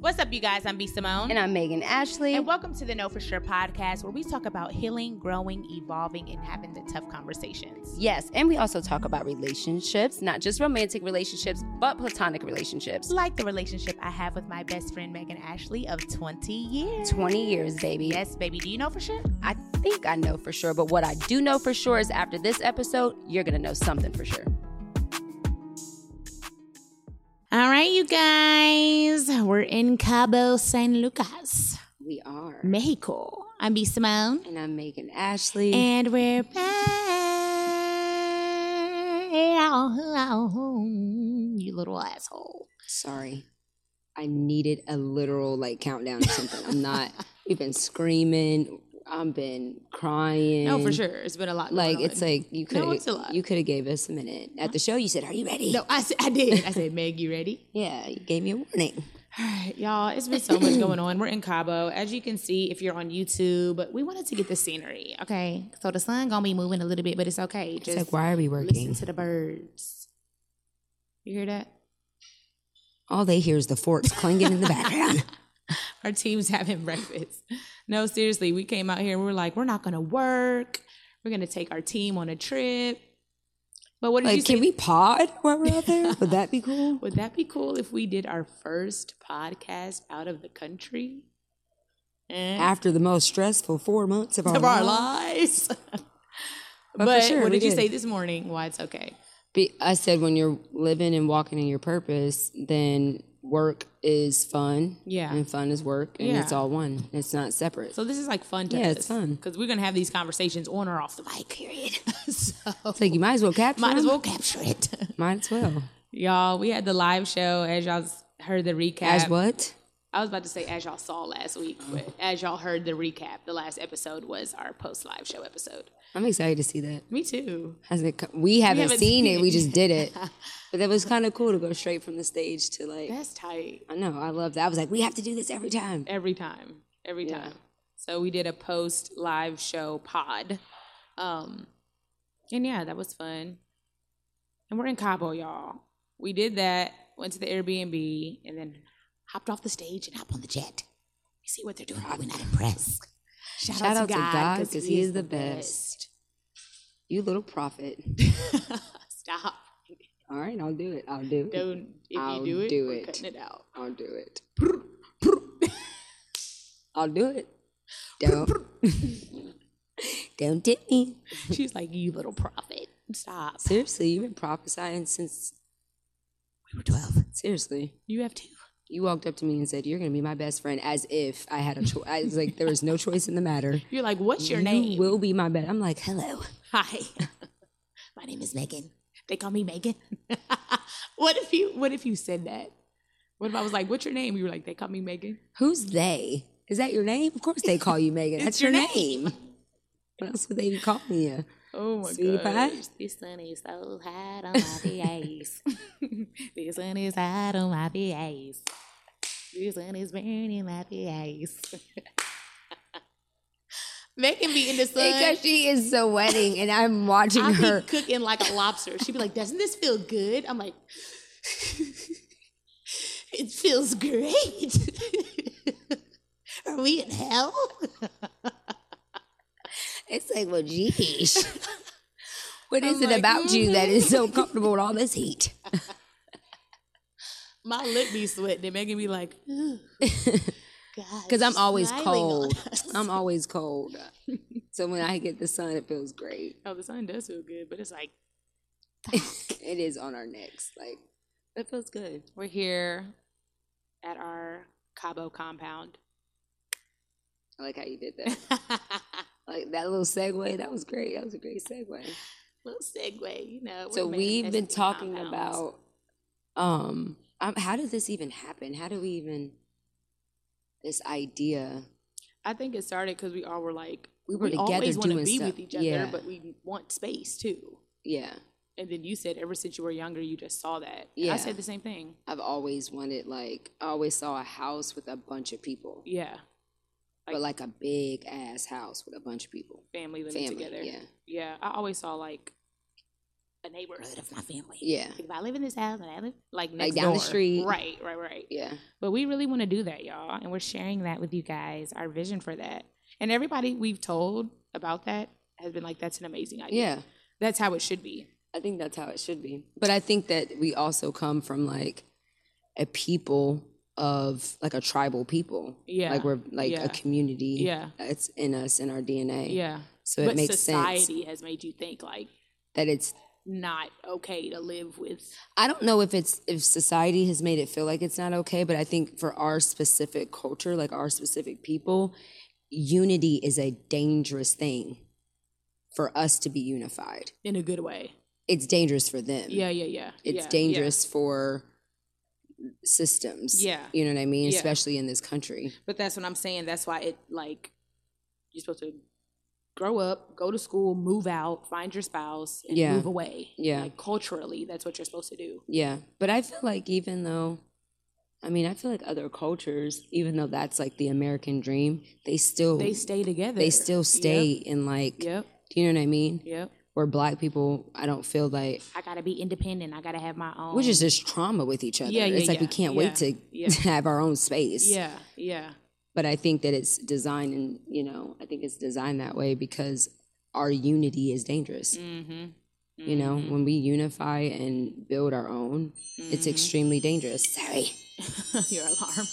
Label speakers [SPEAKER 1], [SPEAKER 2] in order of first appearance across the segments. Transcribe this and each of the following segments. [SPEAKER 1] What's up, you guys? I'm B Simone.
[SPEAKER 2] Uh-huh. And I'm Megan Ashley.
[SPEAKER 1] And welcome to the Know For Sure podcast, where we talk about healing, growing, evolving, and having the tough conversations.
[SPEAKER 2] Yes, and we also talk about relationships, not just romantic relationships, but platonic relationships.
[SPEAKER 1] Like the relationship I have with my best friend, Megan Ashley, of 20 years.
[SPEAKER 2] 20 years, baby.
[SPEAKER 1] Yes, baby. Do you know for sure?
[SPEAKER 2] I think I know for sure, but what I do know for sure is after this episode, you're going to know something for sure.
[SPEAKER 1] All right, you guys. We're in Cabo San Lucas,
[SPEAKER 2] We are.
[SPEAKER 1] Mexico. I'm B Simone.
[SPEAKER 2] and I'm Megan Ashley.
[SPEAKER 1] And we're back. You little asshole.
[SPEAKER 2] Sorry. I needed a literal like countdown or something. I'm not. We've been screaming. I've been crying.
[SPEAKER 1] No, for sure. It's been a lot.
[SPEAKER 2] Like
[SPEAKER 1] going
[SPEAKER 2] it's
[SPEAKER 1] on.
[SPEAKER 2] like you could
[SPEAKER 1] No, it's a
[SPEAKER 2] have
[SPEAKER 1] lot.
[SPEAKER 2] you could have gave us a minute at the show. You said, "Are you ready?"
[SPEAKER 1] No, I, said- I did. I said, Meg, you ready?
[SPEAKER 2] Yeah, you gave me a warning.
[SPEAKER 1] All right, y'all. It's been so much going on. We're in Cabo, as you can see. If you're on YouTube, we wanted to get the scenery. Okay, so the sun gonna be moving a little bit, but it's okay. Just
[SPEAKER 2] it's like, why are we working?
[SPEAKER 1] listen to the birds. You hear that?
[SPEAKER 2] All they hear is the forks clanging in the background.
[SPEAKER 1] Our team's having breakfast. No, seriously, we came out here and we were like, we're not gonna work. We're gonna take our team on a trip. But what did you
[SPEAKER 2] like,
[SPEAKER 1] say?
[SPEAKER 2] can we pod while we're out there? Would that be cool?
[SPEAKER 1] Would that be cool if we did our first podcast out of the country? Eh?
[SPEAKER 2] After the most stressful four months of our,
[SPEAKER 1] of our
[SPEAKER 2] lives?
[SPEAKER 1] lives. but
[SPEAKER 2] Uh-huh. Oh, for sure,
[SPEAKER 1] what
[SPEAKER 2] we
[SPEAKER 1] did you
[SPEAKER 2] did.
[SPEAKER 1] say this morning? Why it's okay.
[SPEAKER 2] Be- I said, when you're living and walking in your purpose, then work is fun.
[SPEAKER 1] Yeah.
[SPEAKER 2] And fun is work. And it's
[SPEAKER 1] Yeah.
[SPEAKER 2] all one. It's not separate.
[SPEAKER 1] So this is like fun to
[SPEAKER 2] Yeah,
[SPEAKER 1] us.
[SPEAKER 2] it's fun.
[SPEAKER 1] Because we're gonna have these conversations on or off the mic, period. so
[SPEAKER 2] it's like, you might as well capture
[SPEAKER 1] might as
[SPEAKER 2] them.
[SPEAKER 1] well capture it.
[SPEAKER 2] Might as well.
[SPEAKER 1] y'all, we had the live show as y'all s- heard the recap.
[SPEAKER 2] As what?
[SPEAKER 1] I was about to say as y'all saw last week, but as y'all heard the recap, the last episode was our post live show episode.
[SPEAKER 2] I'm excited to see that.
[SPEAKER 1] Me too.
[SPEAKER 2] Has it co- we haven't,
[SPEAKER 1] haven't
[SPEAKER 2] seen,
[SPEAKER 1] seen
[SPEAKER 2] it.
[SPEAKER 1] it
[SPEAKER 2] We just did it. but that was kind of cool to go straight from the stage to like,
[SPEAKER 1] That's tight.
[SPEAKER 2] I know. I love that. I was like, we have to do this every time.
[SPEAKER 1] every time every
[SPEAKER 2] Yeah.
[SPEAKER 1] time so we did a post live show pod um and yeah that was fun and we're in cabo y'all we did that went to the airbnb and then hopped off the stage and hopped on the jet you see what they're doing we're not impressed shout,
[SPEAKER 2] Shout out to God, 'cause He is the best. You little prophet.
[SPEAKER 1] best. stop
[SPEAKER 2] All right, I'll do it. I'll do it.
[SPEAKER 1] don't if
[SPEAKER 2] I'll
[SPEAKER 1] you do it
[SPEAKER 2] do
[SPEAKER 1] we're
[SPEAKER 2] it.
[SPEAKER 1] cutting it out
[SPEAKER 2] I'll do it. I'll do it. Don't. Don't tip me.
[SPEAKER 1] she's like you little prophet stop
[SPEAKER 2] Seriously, you've been prophesying since
[SPEAKER 1] we were 12
[SPEAKER 2] seriously.
[SPEAKER 1] you have two
[SPEAKER 2] You walked up to me and said, "You're gonna be my best friend," as if I had a choice. I was like, there is no choice in the matter.
[SPEAKER 1] you're like what's your
[SPEAKER 2] you
[SPEAKER 1] name
[SPEAKER 2] will be my best. I'm like, hello.
[SPEAKER 1] Hi, my name is Megan. They call me Megan. what if you What if you said that? What if I was like, "What's your name?" You were like, "They call me Megan."
[SPEAKER 2] Who's they? Is that your name? Of course they call you Megan.
[SPEAKER 1] It's
[SPEAKER 2] That's
[SPEAKER 1] your
[SPEAKER 2] your, name. What else would they be calling you?
[SPEAKER 1] Oh my
[SPEAKER 2] Sweetie pie?
[SPEAKER 1] gosh, this sun is so hot on my face. this sun is hot on my face. This sun is burning my face. Megan be in the sun.
[SPEAKER 2] Because she is sweating, and I'm watching
[SPEAKER 1] I
[SPEAKER 2] her.
[SPEAKER 1] be cooking like a lobster. She'd be like, "Doesn't this feel good?" I'm like, "It feels great." Are we in hell?
[SPEAKER 2] It's like, well, geez. What is
[SPEAKER 1] I'm
[SPEAKER 2] it
[SPEAKER 1] like, mm-hmm.
[SPEAKER 2] about you that is so comfortable with all this heat?
[SPEAKER 1] My lip be sweating. Megan be like, "Ooh, God."
[SPEAKER 2] Because I'm
[SPEAKER 1] she's
[SPEAKER 2] always
[SPEAKER 1] smiling
[SPEAKER 2] cold.
[SPEAKER 1] on us.
[SPEAKER 2] I'm always cold. So when I get the sun, it feels great.
[SPEAKER 1] Oh, the sun does feel good, but it's like
[SPEAKER 2] It is on our necks. Like, it feels good.
[SPEAKER 1] we're here at our Cabo compound.
[SPEAKER 2] I like how you did that. Like, that little segue, that was great. That was a great segue.
[SPEAKER 1] Little segue, you know.
[SPEAKER 2] So
[SPEAKER 1] we're
[SPEAKER 2] we've been
[SPEAKER 1] manifesting
[SPEAKER 2] talking
[SPEAKER 1] compounds.
[SPEAKER 2] about um um, how did this even happen? How do we even this idea?
[SPEAKER 1] I think it started because we all were like,
[SPEAKER 2] We were together
[SPEAKER 1] always wanna
[SPEAKER 2] doing
[SPEAKER 1] be
[SPEAKER 2] stuff.
[SPEAKER 1] with each other,
[SPEAKER 2] Yeah.
[SPEAKER 1] but we want space too.
[SPEAKER 2] Yeah.
[SPEAKER 1] And then you said ever since you were younger, you just saw that. And I
[SPEAKER 2] Yeah.
[SPEAKER 1] said the same thing.
[SPEAKER 2] I've always wanted like I always saw a house with a bunch of people.
[SPEAKER 1] Yeah,
[SPEAKER 2] but like a big ass house with a bunch of people.
[SPEAKER 1] family living
[SPEAKER 2] Family.
[SPEAKER 1] together.
[SPEAKER 2] Yeah.
[SPEAKER 1] Yeah, I always saw like a neighborhood of my family.
[SPEAKER 2] Yeah.
[SPEAKER 1] Like, if I live in this house and I live like next
[SPEAKER 2] down the
[SPEAKER 1] door.
[SPEAKER 2] street.
[SPEAKER 1] Right, right, right.
[SPEAKER 2] Yeah.
[SPEAKER 1] But we really want to do that, y'all. And we're sharing that with you guys, our vision for that. And everybody we've told about that has been like, that's an amazing idea.
[SPEAKER 2] Yeah.
[SPEAKER 1] That's how it should be.
[SPEAKER 2] I think that's how it should be. But I think that we also come from like a people of like a tribal people.
[SPEAKER 1] Yeah.
[SPEAKER 2] Like we're like
[SPEAKER 1] Yeah.
[SPEAKER 2] a community.
[SPEAKER 1] Yeah.
[SPEAKER 2] It's in us, in our DNA.
[SPEAKER 1] Yeah.
[SPEAKER 2] So it
[SPEAKER 1] but
[SPEAKER 2] makes sense
[SPEAKER 1] society has made you think like
[SPEAKER 2] that it's
[SPEAKER 1] not okay to live with.
[SPEAKER 2] I don't know if it's if society has made it feel like it's not okay, but I think for our specific culture, like our specific people, unity is a dangerous thing for us to be unified.
[SPEAKER 1] in a good way.
[SPEAKER 2] It's dangerous for them.
[SPEAKER 1] Yeah, yeah, yeah.
[SPEAKER 2] it's
[SPEAKER 1] yeah, yeah.
[SPEAKER 2] dangerous for systems.
[SPEAKER 1] Yeah.
[SPEAKER 2] You know what I mean?
[SPEAKER 1] Yeah.
[SPEAKER 2] Especially in this country.
[SPEAKER 1] But that's what I'm saying. That's why it like you're supposed to grow up, go to school, move out, find your spouse, and
[SPEAKER 2] Yeah.
[SPEAKER 1] move away.
[SPEAKER 2] Yeah.
[SPEAKER 1] Like culturally, that's what you're supposed to do.
[SPEAKER 2] Yeah. But I feel like even though I mean, I feel like other cultures, even though that's like the American dream, they still
[SPEAKER 1] They
[SPEAKER 2] they,
[SPEAKER 1] stay together.
[SPEAKER 2] still stay in like
[SPEAKER 1] Yep.
[SPEAKER 2] do you know what I mean?
[SPEAKER 1] Yep. yep.
[SPEAKER 2] Where black people I don't feel like
[SPEAKER 1] I gotta be independent. I gotta have my own.
[SPEAKER 2] we're just this trauma with each other.
[SPEAKER 1] Yeah, yeah,
[SPEAKER 2] it's like we
[SPEAKER 1] yeah,
[SPEAKER 2] can't
[SPEAKER 1] yeah,
[SPEAKER 2] wait to
[SPEAKER 1] yeah.
[SPEAKER 2] have our own space.
[SPEAKER 1] yeah, yeah,
[SPEAKER 2] but I think that it's designed and you know I think it's designed that way because our unity is dangerous.
[SPEAKER 1] Mm-hmm.
[SPEAKER 2] You know, when we unify and build our own,
[SPEAKER 1] Mm-hmm.
[SPEAKER 2] it's extremely dangerous. Sorry.
[SPEAKER 1] your alarm.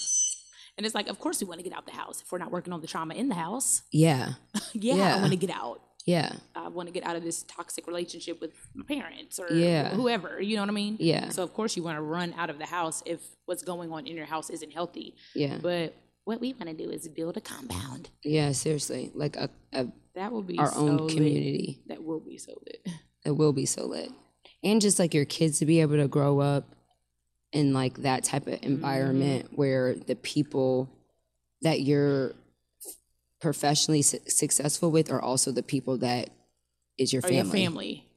[SPEAKER 1] And it's like, of course, we want to get out the house. If we're not working on the trauma in the house,
[SPEAKER 2] Yeah.
[SPEAKER 1] yeah, I
[SPEAKER 2] Yeah.
[SPEAKER 1] want to get out.
[SPEAKER 2] Yeah.
[SPEAKER 1] I want to get out of this toxic relationship with my parents or
[SPEAKER 2] Yeah.
[SPEAKER 1] whoever. You know what I mean?
[SPEAKER 2] Yeah.
[SPEAKER 1] So of course you want to run out of the house if what's going on in your house isn't healthy.
[SPEAKER 2] Yeah.
[SPEAKER 1] But what we want to do is build a compound.
[SPEAKER 2] yeah, seriously. Like a, a
[SPEAKER 1] That will be
[SPEAKER 2] our
[SPEAKER 1] so
[SPEAKER 2] own
[SPEAKER 1] lit.
[SPEAKER 2] community.
[SPEAKER 1] That will be so lit.
[SPEAKER 2] It will be so lit. And just like your kids to be able to grow up in like that type of environment
[SPEAKER 1] Mm-hmm.
[SPEAKER 2] where the people that you're professionally su- successful with are also the people that is your
[SPEAKER 1] Or
[SPEAKER 2] family,
[SPEAKER 1] your family.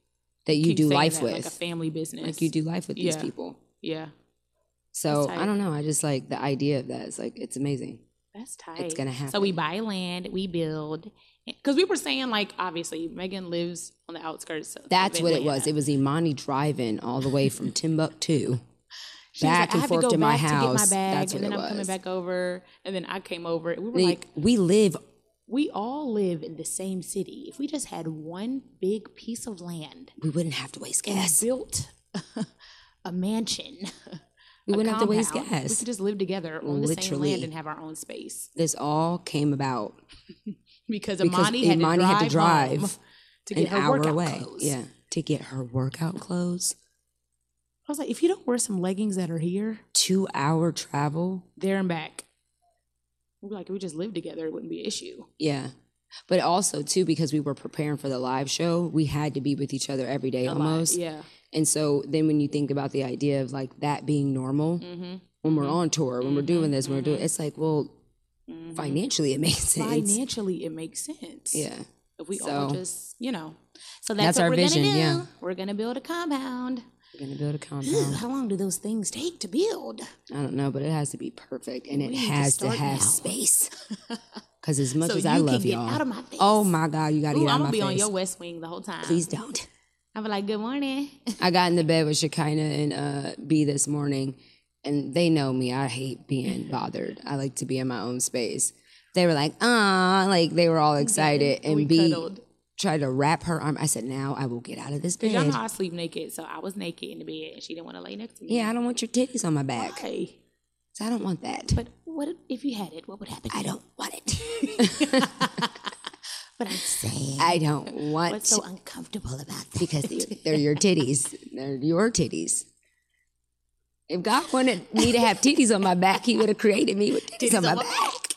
[SPEAKER 2] that you
[SPEAKER 1] Keep
[SPEAKER 2] do
[SPEAKER 1] saying
[SPEAKER 2] life
[SPEAKER 1] that,
[SPEAKER 2] with.
[SPEAKER 1] like a family business.
[SPEAKER 2] like you do life with these
[SPEAKER 1] Yeah.
[SPEAKER 2] people.
[SPEAKER 1] Yeah.
[SPEAKER 2] So
[SPEAKER 1] tight.
[SPEAKER 2] I don't know. I just like the idea of that. It's like it's amazing.
[SPEAKER 1] That's tight.
[SPEAKER 2] It's gonna
[SPEAKER 1] So we
[SPEAKER 2] happen.
[SPEAKER 1] buy land, we build, because we were saying like obviously Megan lives on the outskirts. Of
[SPEAKER 2] That's what it
[SPEAKER 1] Atlanta.
[SPEAKER 2] was. It was Imani driving all the way from Timbuktu.
[SPEAKER 1] She was like,
[SPEAKER 2] back and
[SPEAKER 1] I have
[SPEAKER 2] forth
[SPEAKER 1] to, go
[SPEAKER 2] to my
[SPEAKER 1] back To get my
[SPEAKER 2] house.
[SPEAKER 1] bag,
[SPEAKER 2] That's
[SPEAKER 1] and
[SPEAKER 2] what
[SPEAKER 1] then
[SPEAKER 2] it
[SPEAKER 1] I'm coming
[SPEAKER 2] was.
[SPEAKER 1] back over, and then I came over. and We were like,
[SPEAKER 2] Like, we live.
[SPEAKER 1] we all live in the same city. If we just had one big piece of land
[SPEAKER 2] We wouldn't have to waste
[SPEAKER 1] and
[SPEAKER 2] gas.
[SPEAKER 1] built a mansion,
[SPEAKER 2] We
[SPEAKER 1] a
[SPEAKER 2] wouldn't have to waste
[SPEAKER 1] compound, We
[SPEAKER 2] gas.
[SPEAKER 1] could just live together on the same land
[SPEAKER 2] Literally.
[SPEAKER 1] and have our own space.
[SPEAKER 2] This all came about
[SPEAKER 1] Because
[SPEAKER 2] Because
[SPEAKER 1] Imani, had,
[SPEAKER 2] Imani
[SPEAKER 1] to
[SPEAKER 2] had to
[SPEAKER 1] drive home
[SPEAKER 2] drive
[SPEAKER 1] to
[SPEAKER 2] an
[SPEAKER 1] get her
[SPEAKER 2] hour
[SPEAKER 1] workout
[SPEAKER 2] away.
[SPEAKER 1] clothes.
[SPEAKER 2] Yeah, to get her workout clothes.
[SPEAKER 1] I was like, if you don't wear some leggings that are here,
[SPEAKER 2] Two hour travel.
[SPEAKER 1] there and back. We We're like, if we just lived together, it wouldn't be an issue.
[SPEAKER 2] Yeah, but also too because we were preparing for the live show, we had to be with each other every day
[SPEAKER 1] A lot.
[SPEAKER 2] almost.
[SPEAKER 1] Yeah.
[SPEAKER 2] And so then when you think about the idea of like that being normal
[SPEAKER 1] Mm-hmm.
[SPEAKER 2] when we're on tour, when we're doing this, when we're doing, it's like well,
[SPEAKER 1] Mm-hmm.
[SPEAKER 2] financially it makes sense.
[SPEAKER 1] Financially, it makes sense.
[SPEAKER 2] Yeah,
[SPEAKER 1] If we all
[SPEAKER 2] So-
[SPEAKER 1] just, you know. So that's,
[SPEAKER 2] That's
[SPEAKER 1] what
[SPEAKER 2] our
[SPEAKER 1] we're
[SPEAKER 2] vision,
[SPEAKER 1] gonna do.
[SPEAKER 2] yeah.
[SPEAKER 1] We're gonna build a compound.
[SPEAKER 2] we're gonna build a
[SPEAKER 1] Ooh,
[SPEAKER 2] compound.
[SPEAKER 1] how long do those things take to build?
[SPEAKER 2] I don't know, but it has to be perfect and it
[SPEAKER 1] need to
[SPEAKER 2] has to,
[SPEAKER 1] start
[SPEAKER 2] have
[SPEAKER 1] now.
[SPEAKER 2] space. Because as much
[SPEAKER 1] so
[SPEAKER 2] as
[SPEAKER 1] you
[SPEAKER 2] I love
[SPEAKER 1] can
[SPEAKER 2] y'all,
[SPEAKER 1] get out of my face.
[SPEAKER 2] oh my God, you gotta
[SPEAKER 1] Ooh,
[SPEAKER 2] get out
[SPEAKER 1] I'm
[SPEAKER 2] of my
[SPEAKER 1] gonna be
[SPEAKER 2] face.
[SPEAKER 1] on your West Wing the whole time.
[SPEAKER 2] Please don't.
[SPEAKER 1] I'm like, good morning.
[SPEAKER 2] I got in the bed with Shekinah and uh, B this morning, and they know me. I hate being bothered. I like to be in my own space. They were like, ah, like they were all excited, and
[SPEAKER 1] we
[SPEAKER 2] B
[SPEAKER 1] cuddled.
[SPEAKER 2] tried to wrap her arm. I said, now I will get out of this bed.
[SPEAKER 1] Y'all know I sleep naked, so I was naked in the bed, and she didn't want to lay next to me.
[SPEAKER 2] yeah, I don't want your titties on my back.
[SPEAKER 1] Okay.
[SPEAKER 2] So I don't want that.
[SPEAKER 1] But what if- if you had it? What would happen?
[SPEAKER 2] I don't want it.
[SPEAKER 1] But I'm saying,
[SPEAKER 2] I don't want
[SPEAKER 1] what's so uncomfortable about that?
[SPEAKER 2] because they- they're your titties. They're your titties. If God wanted me to have titties on my back, He would have created me with titties, on my back.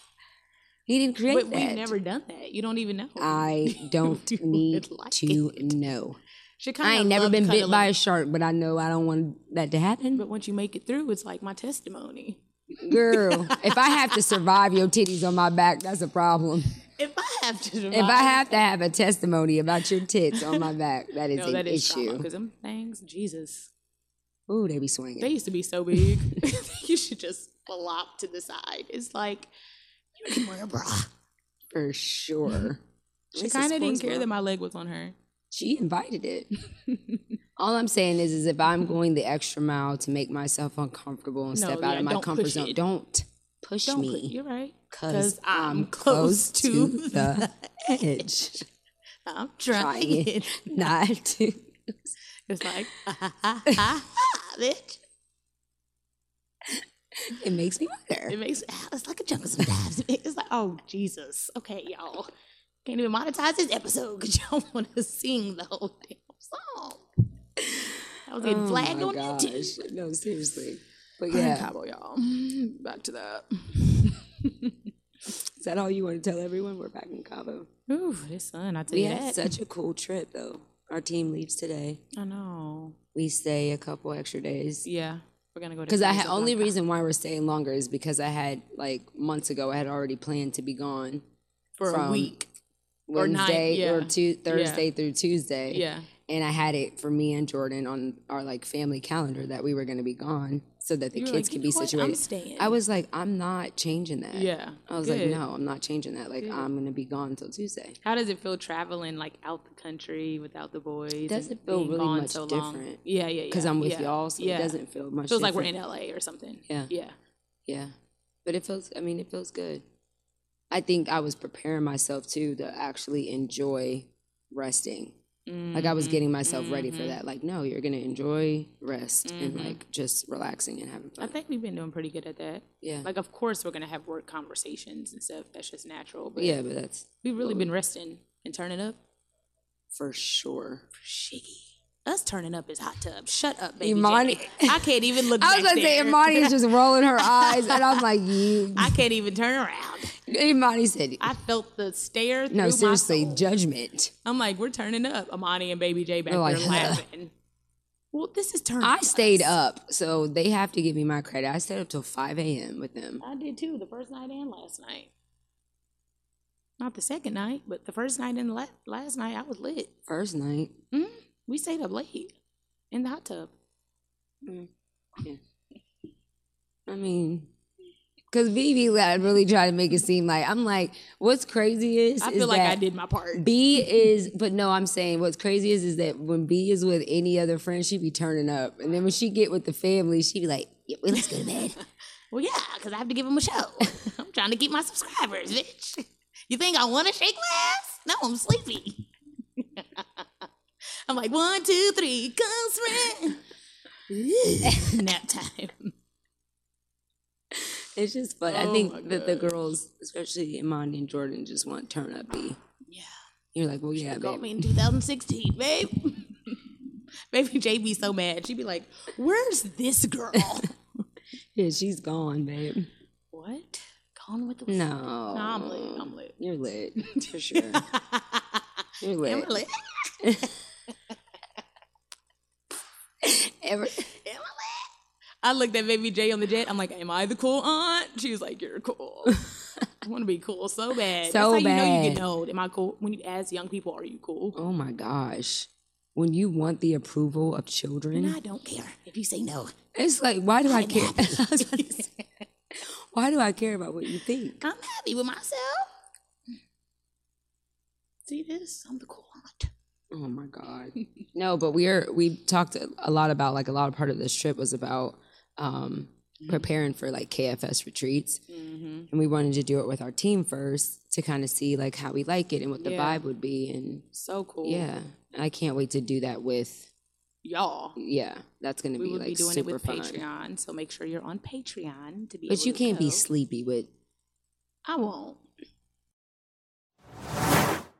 [SPEAKER 2] He didn't create
[SPEAKER 1] But
[SPEAKER 2] that.
[SPEAKER 1] we've never done that. You don't even know.
[SPEAKER 2] I don't
[SPEAKER 1] do
[SPEAKER 2] need
[SPEAKER 1] it like
[SPEAKER 2] to know.
[SPEAKER 1] She kinda
[SPEAKER 2] I ain't never
[SPEAKER 1] loved
[SPEAKER 2] been bit
[SPEAKER 1] cuddling,
[SPEAKER 2] by a shark, but I know I don't want that to happen.
[SPEAKER 1] But once you make it through, it's like my testimony.
[SPEAKER 2] Girl, if I have to survive your titties on my back, that's a problem.
[SPEAKER 1] If I have to,
[SPEAKER 2] If I have to have a testimony about your tits on my back, that is
[SPEAKER 1] no,
[SPEAKER 2] an
[SPEAKER 1] that is
[SPEAKER 2] issue.
[SPEAKER 1] because them things, Jesus,
[SPEAKER 2] Ooh, they be swinging.
[SPEAKER 1] they used to be so big. you should just flop to the side. It's like you can wear a bra.
[SPEAKER 2] for sure.
[SPEAKER 1] She kind of didn't care that my leg was on her.
[SPEAKER 2] She invited it. All I'm saying is, is if I'm going the extra mile to make myself uncomfortable and
[SPEAKER 1] Mm-hmm. No,
[SPEAKER 2] step out
[SPEAKER 1] yeah,
[SPEAKER 2] of my
[SPEAKER 1] don't
[SPEAKER 2] comfort
[SPEAKER 1] push
[SPEAKER 2] zone,
[SPEAKER 1] it.
[SPEAKER 2] don't push
[SPEAKER 1] Don't put-
[SPEAKER 2] me
[SPEAKER 1] you're right.
[SPEAKER 2] because
[SPEAKER 1] 'cause
[SPEAKER 2] I'm,
[SPEAKER 1] I'm
[SPEAKER 2] close,
[SPEAKER 1] close
[SPEAKER 2] to
[SPEAKER 1] to
[SPEAKER 2] the edge.
[SPEAKER 1] I'm
[SPEAKER 2] Trying
[SPEAKER 1] trying it.
[SPEAKER 2] Not to.
[SPEAKER 1] It's like, bitch.
[SPEAKER 2] It makes me wonder.
[SPEAKER 1] It makes it's like a jungle sometimes. It's like, oh Jesus. Okay, y'all. Can't even monetize this episode because y'all want to sing the whole damn song. I was getting
[SPEAKER 2] Oh
[SPEAKER 1] flagged
[SPEAKER 2] my
[SPEAKER 1] on YouTube.
[SPEAKER 2] gosh. No, seriously. But
[SPEAKER 1] Yeah.
[SPEAKER 2] yeah,
[SPEAKER 1] Cabo, y'all. Back to that.
[SPEAKER 2] is that all you want to tell everyone? We're back in Cabo.
[SPEAKER 1] Ooh, this sun. I tell
[SPEAKER 2] We
[SPEAKER 1] you
[SPEAKER 2] had
[SPEAKER 1] that.
[SPEAKER 2] such a cool trip, though. Our team leaves today.
[SPEAKER 1] I know.
[SPEAKER 2] We stay a couple extra days.
[SPEAKER 1] Yeah, we're gonna go to.
[SPEAKER 2] Because I
[SPEAKER 1] Cruz
[SPEAKER 2] had
[SPEAKER 1] of
[SPEAKER 2] only
[SPEAKER 1] Blanca.
[SPEAKER 2] reason why we're staying longer is because I had like months ago I had already planned to be gone
[SPEAKER 1] for
[SPEAKER 2] from
[SPEAKER 1] a week. Or night,
[SPEAKER 2] Wednesday or,
[SPEAKER 1] yeah.
[SPEAKER 2] Tu- Thursday through Tuesday.
[SPEAKER 1] Yeah.
[SPEAKER 2] and I had it for me and Jordan on our like family calendar that we were going to be gone so that the
[SPEAKER 1] You were
[SPEAKER 2] kids
[SPEAKER 1] like,
[SPEAKER 2] could
[SPEAKER 1] "You
[SPEAKER 2] be
[SPEAKER 1] know what? I'm
[SPEAKER 2] situated.
[SPEAKER 1] staying.
[SPEAKER 2] I was like, I'm not changing that.
[SPEAKER 1] Yeah.
[SPEAKER 2] I was
[SPEAKER 1] Good.
[SPEAKER 2] like, no, I'm not changing that. Like, I'm going to be gone till Tuesday.
[SPEAKER 1] How does it feel traveling like out the country without the boys? and
[SPEAKER 2] Doesn't feel
[SPEAKER 1] being
[SPEAKER 2] really
[SPEAKER 1] gone
[SPEAKER 2] much
[SPEAKER 1] long?
[SPEAKER 2] different,
[SPEAKER 1] Yeah, yeah, yeah.
[SPEAKER 2] Because I'm with
[SPEAKER 1] yeah,
[SPEAKER 2] y'all, so
[SPEAKER 1] yeah.
[SPEAKER 2] it doesn't feel much.
[SPEAKER 1] Feels like we're in
[SPEAKER 2] different.
[SPEAKER 1] LA or something.
[SPEAKER 2] Yeah.
[SPEAKER 1] Yeah.
[SPEAKER 2] Yeah. But it feels, I mean, it feels good. I think I was preparing myself too to actually enjoy resting. Like, I was
[SPEAKER 1] Mhm.
[SPEAKER 2] getting myself ready for
[SPEAKER 1] mhm.
[SPEAKER 2] that. Like, no, you're going to enjoy rest and
[SPEAKER 1] Mhm.
[SPEAKER 2] like just relaxing and having fun.
[SPEAKER 1] I think we've been doing pretty good at that.
[SPEAKER 2] yeah.
[SPEAKER 1] Like, of course, we're gonna have work conversations and stuff. That's just natural. But
[SPEAKER 2] yeah, but that's
[SPEAKER 1] we've really been resting and turning up.
[SPEAKER 2] for sure.
[SPEAKER 1] Shiggy, us turning up is hot tub. Shut up, baby.
[SPEAKER 2] Imani-
[SPEAKER 1] Jackie. I can't even look.
[SPEAKER 2] I was
[SPEAKER 1] back
[SPEAKER 2] gonna say
[SPEAKER 1] there.
[SPEAKER 2] Imani is just rolling her eyes, and I'm like, you.
[SPEAKER 1] I can't even turn around.
[SPEAKER 2] Imani said,
[SPEAKER 1] I felt the stare.
[SPEAKER 2] no,
[SPEAKER 1] through My
[SPEAKER 2] seriously,
[SPEAKER 1] soul.
[SPEAKER 2] judgment.
[SPEAKER 1] I'm like, we're turning up. Amani and Baby J back
[SPEAKER 2] They're
[SPEAKER 1] there
[SPEAKER 2] like,
[SPEAKER 1] laughing. Well, this is turning.
[SPEAKER 2] I
[SPEAKER 1] up.
[SPEAKER 2] stayed up, so they have to give me my credit. I stayed up till 5 a.m. with them.
[SPEAKER 1] I did too. The first night and last night. Not the second night, but the first night and the la- last night, I was lit.
[SPEAKER 2] First night,
[SPEAKER 1] Mm, we stayed up late in the hot tub.
[SPEAKER 2] I mean, because Vivi like, really tried to make it seem like I'm like, what's crazy is
[SPEAKER 1] I
[SPEAKER 2] is
[SPEAKER 1] feel like I
[SPEAKER 2] that
[SPEAKER 1] did my part.
[SPEAKER 2] B is, but no, I'm saying what's crazy is is that when B is with any other friend, she be turning up, and then when she get with the family, she be like, yeah, well, let's go to bed.
[SPEAKER 1] Well, yeah, because I have to give them a show. I'm trying to keep my subscribers, bitch. You think I want to shake last? No, I'm sleepy. I'm like, one, two, three, come sprint. Nap time.
[SPEAKER 2] It's just fun. I
[SPEAKER 1] Oh
[SPEAKER 2] think
[SPEAKER 1] my
[SPEAKER 2] that the girls, especially Imani and Jordan, just want turn up B.
[SPEAKER 1] Yeah.
[SPEAKER 2] You're like, well, yeah,
[SPEAKER 1] They got
[SPEAKER 2] babe.
[SPEAKER 1] me in 2016, babe. Baby J be so mad. She'd be like, where's this girl?
[SPEAKER 2] Yeah, she's gone, babe.
[SPEAKER 1] what? Gone with the
[SPEAKER 2] No,
[SPEAKER 1] I'm lit. I'm lit.
[SPEAKER 2] You're lit for sure. You're
[SPEAKER 1] Am
[SPEAKER 2] lit.
[SPEAKER 1] I lit?
[SPEAKER 2] Ever-
[SPEAKER 1] Am I lit? I looked at Baby J on the jet. I'm like, am I the cool aunt? She was like, you're cool. I want to be cool so bad. That's
[SPEAKER 2] So
[SPEAKER 1] how you know you
[SPEAKER 2] bad.
[SPEAKER 1] get old. Am I cool? When you ask young people, are you cool?
[SPEAKER 2] oh my gosh, when you want the approval of children,
[SPEAKER 1] And I don't care if you say no.
[SPEAKER 2] it's like, why do I
[SPEAKER 1] I'm
[SPEAKER 2] care?
[SPEAKER 1] happy.
[SPEAKER 2] I was about to say, why do I care about what you think?
[SPEAKER 1] I'm happy with myself. See this? I'm the cool aunt.
[SPEAKER 2] Oh my god. No, but we are we talked a lot about like a lot of part of this trip was about um preparing for like KFS retreats.
[SPEAKER 1] Mm-hmm.
[SPEAKER 2] and we wanted to do it with our team first to kind of see like how we like it and what the
[SPEAKER 1] Yeah.
[SPEAKER 2] vibe would be and
[SPEAKER 1] So cool.
[SPEAKER 2] yeah and i can't wait to do that with
[SPEAKER 1] Y'all.
[SPEAKER 2] yeah that's gonna
[SPEAKER 1] We
[SPEAKER 2] be
[SPEAKER 1] will
[SPEAKER 2] like
[SPEAKER 1] be doing it
[SPEAKER 2] super
[SPEAKER 1] with
[SPEAKER 2] fun
[SPEAKER 1] Patreon, so make sure you're on Patreon to be.
[SPEAKER 2] but
[SPEAKER 1] able
[SPEAKER 2] you
[SPEAKER 1] to
[SPEAKER 2] can't be
[SPEAKER 1] go.
[SPEAKER 2] sleepy with
[SPEAKER 1] I won't.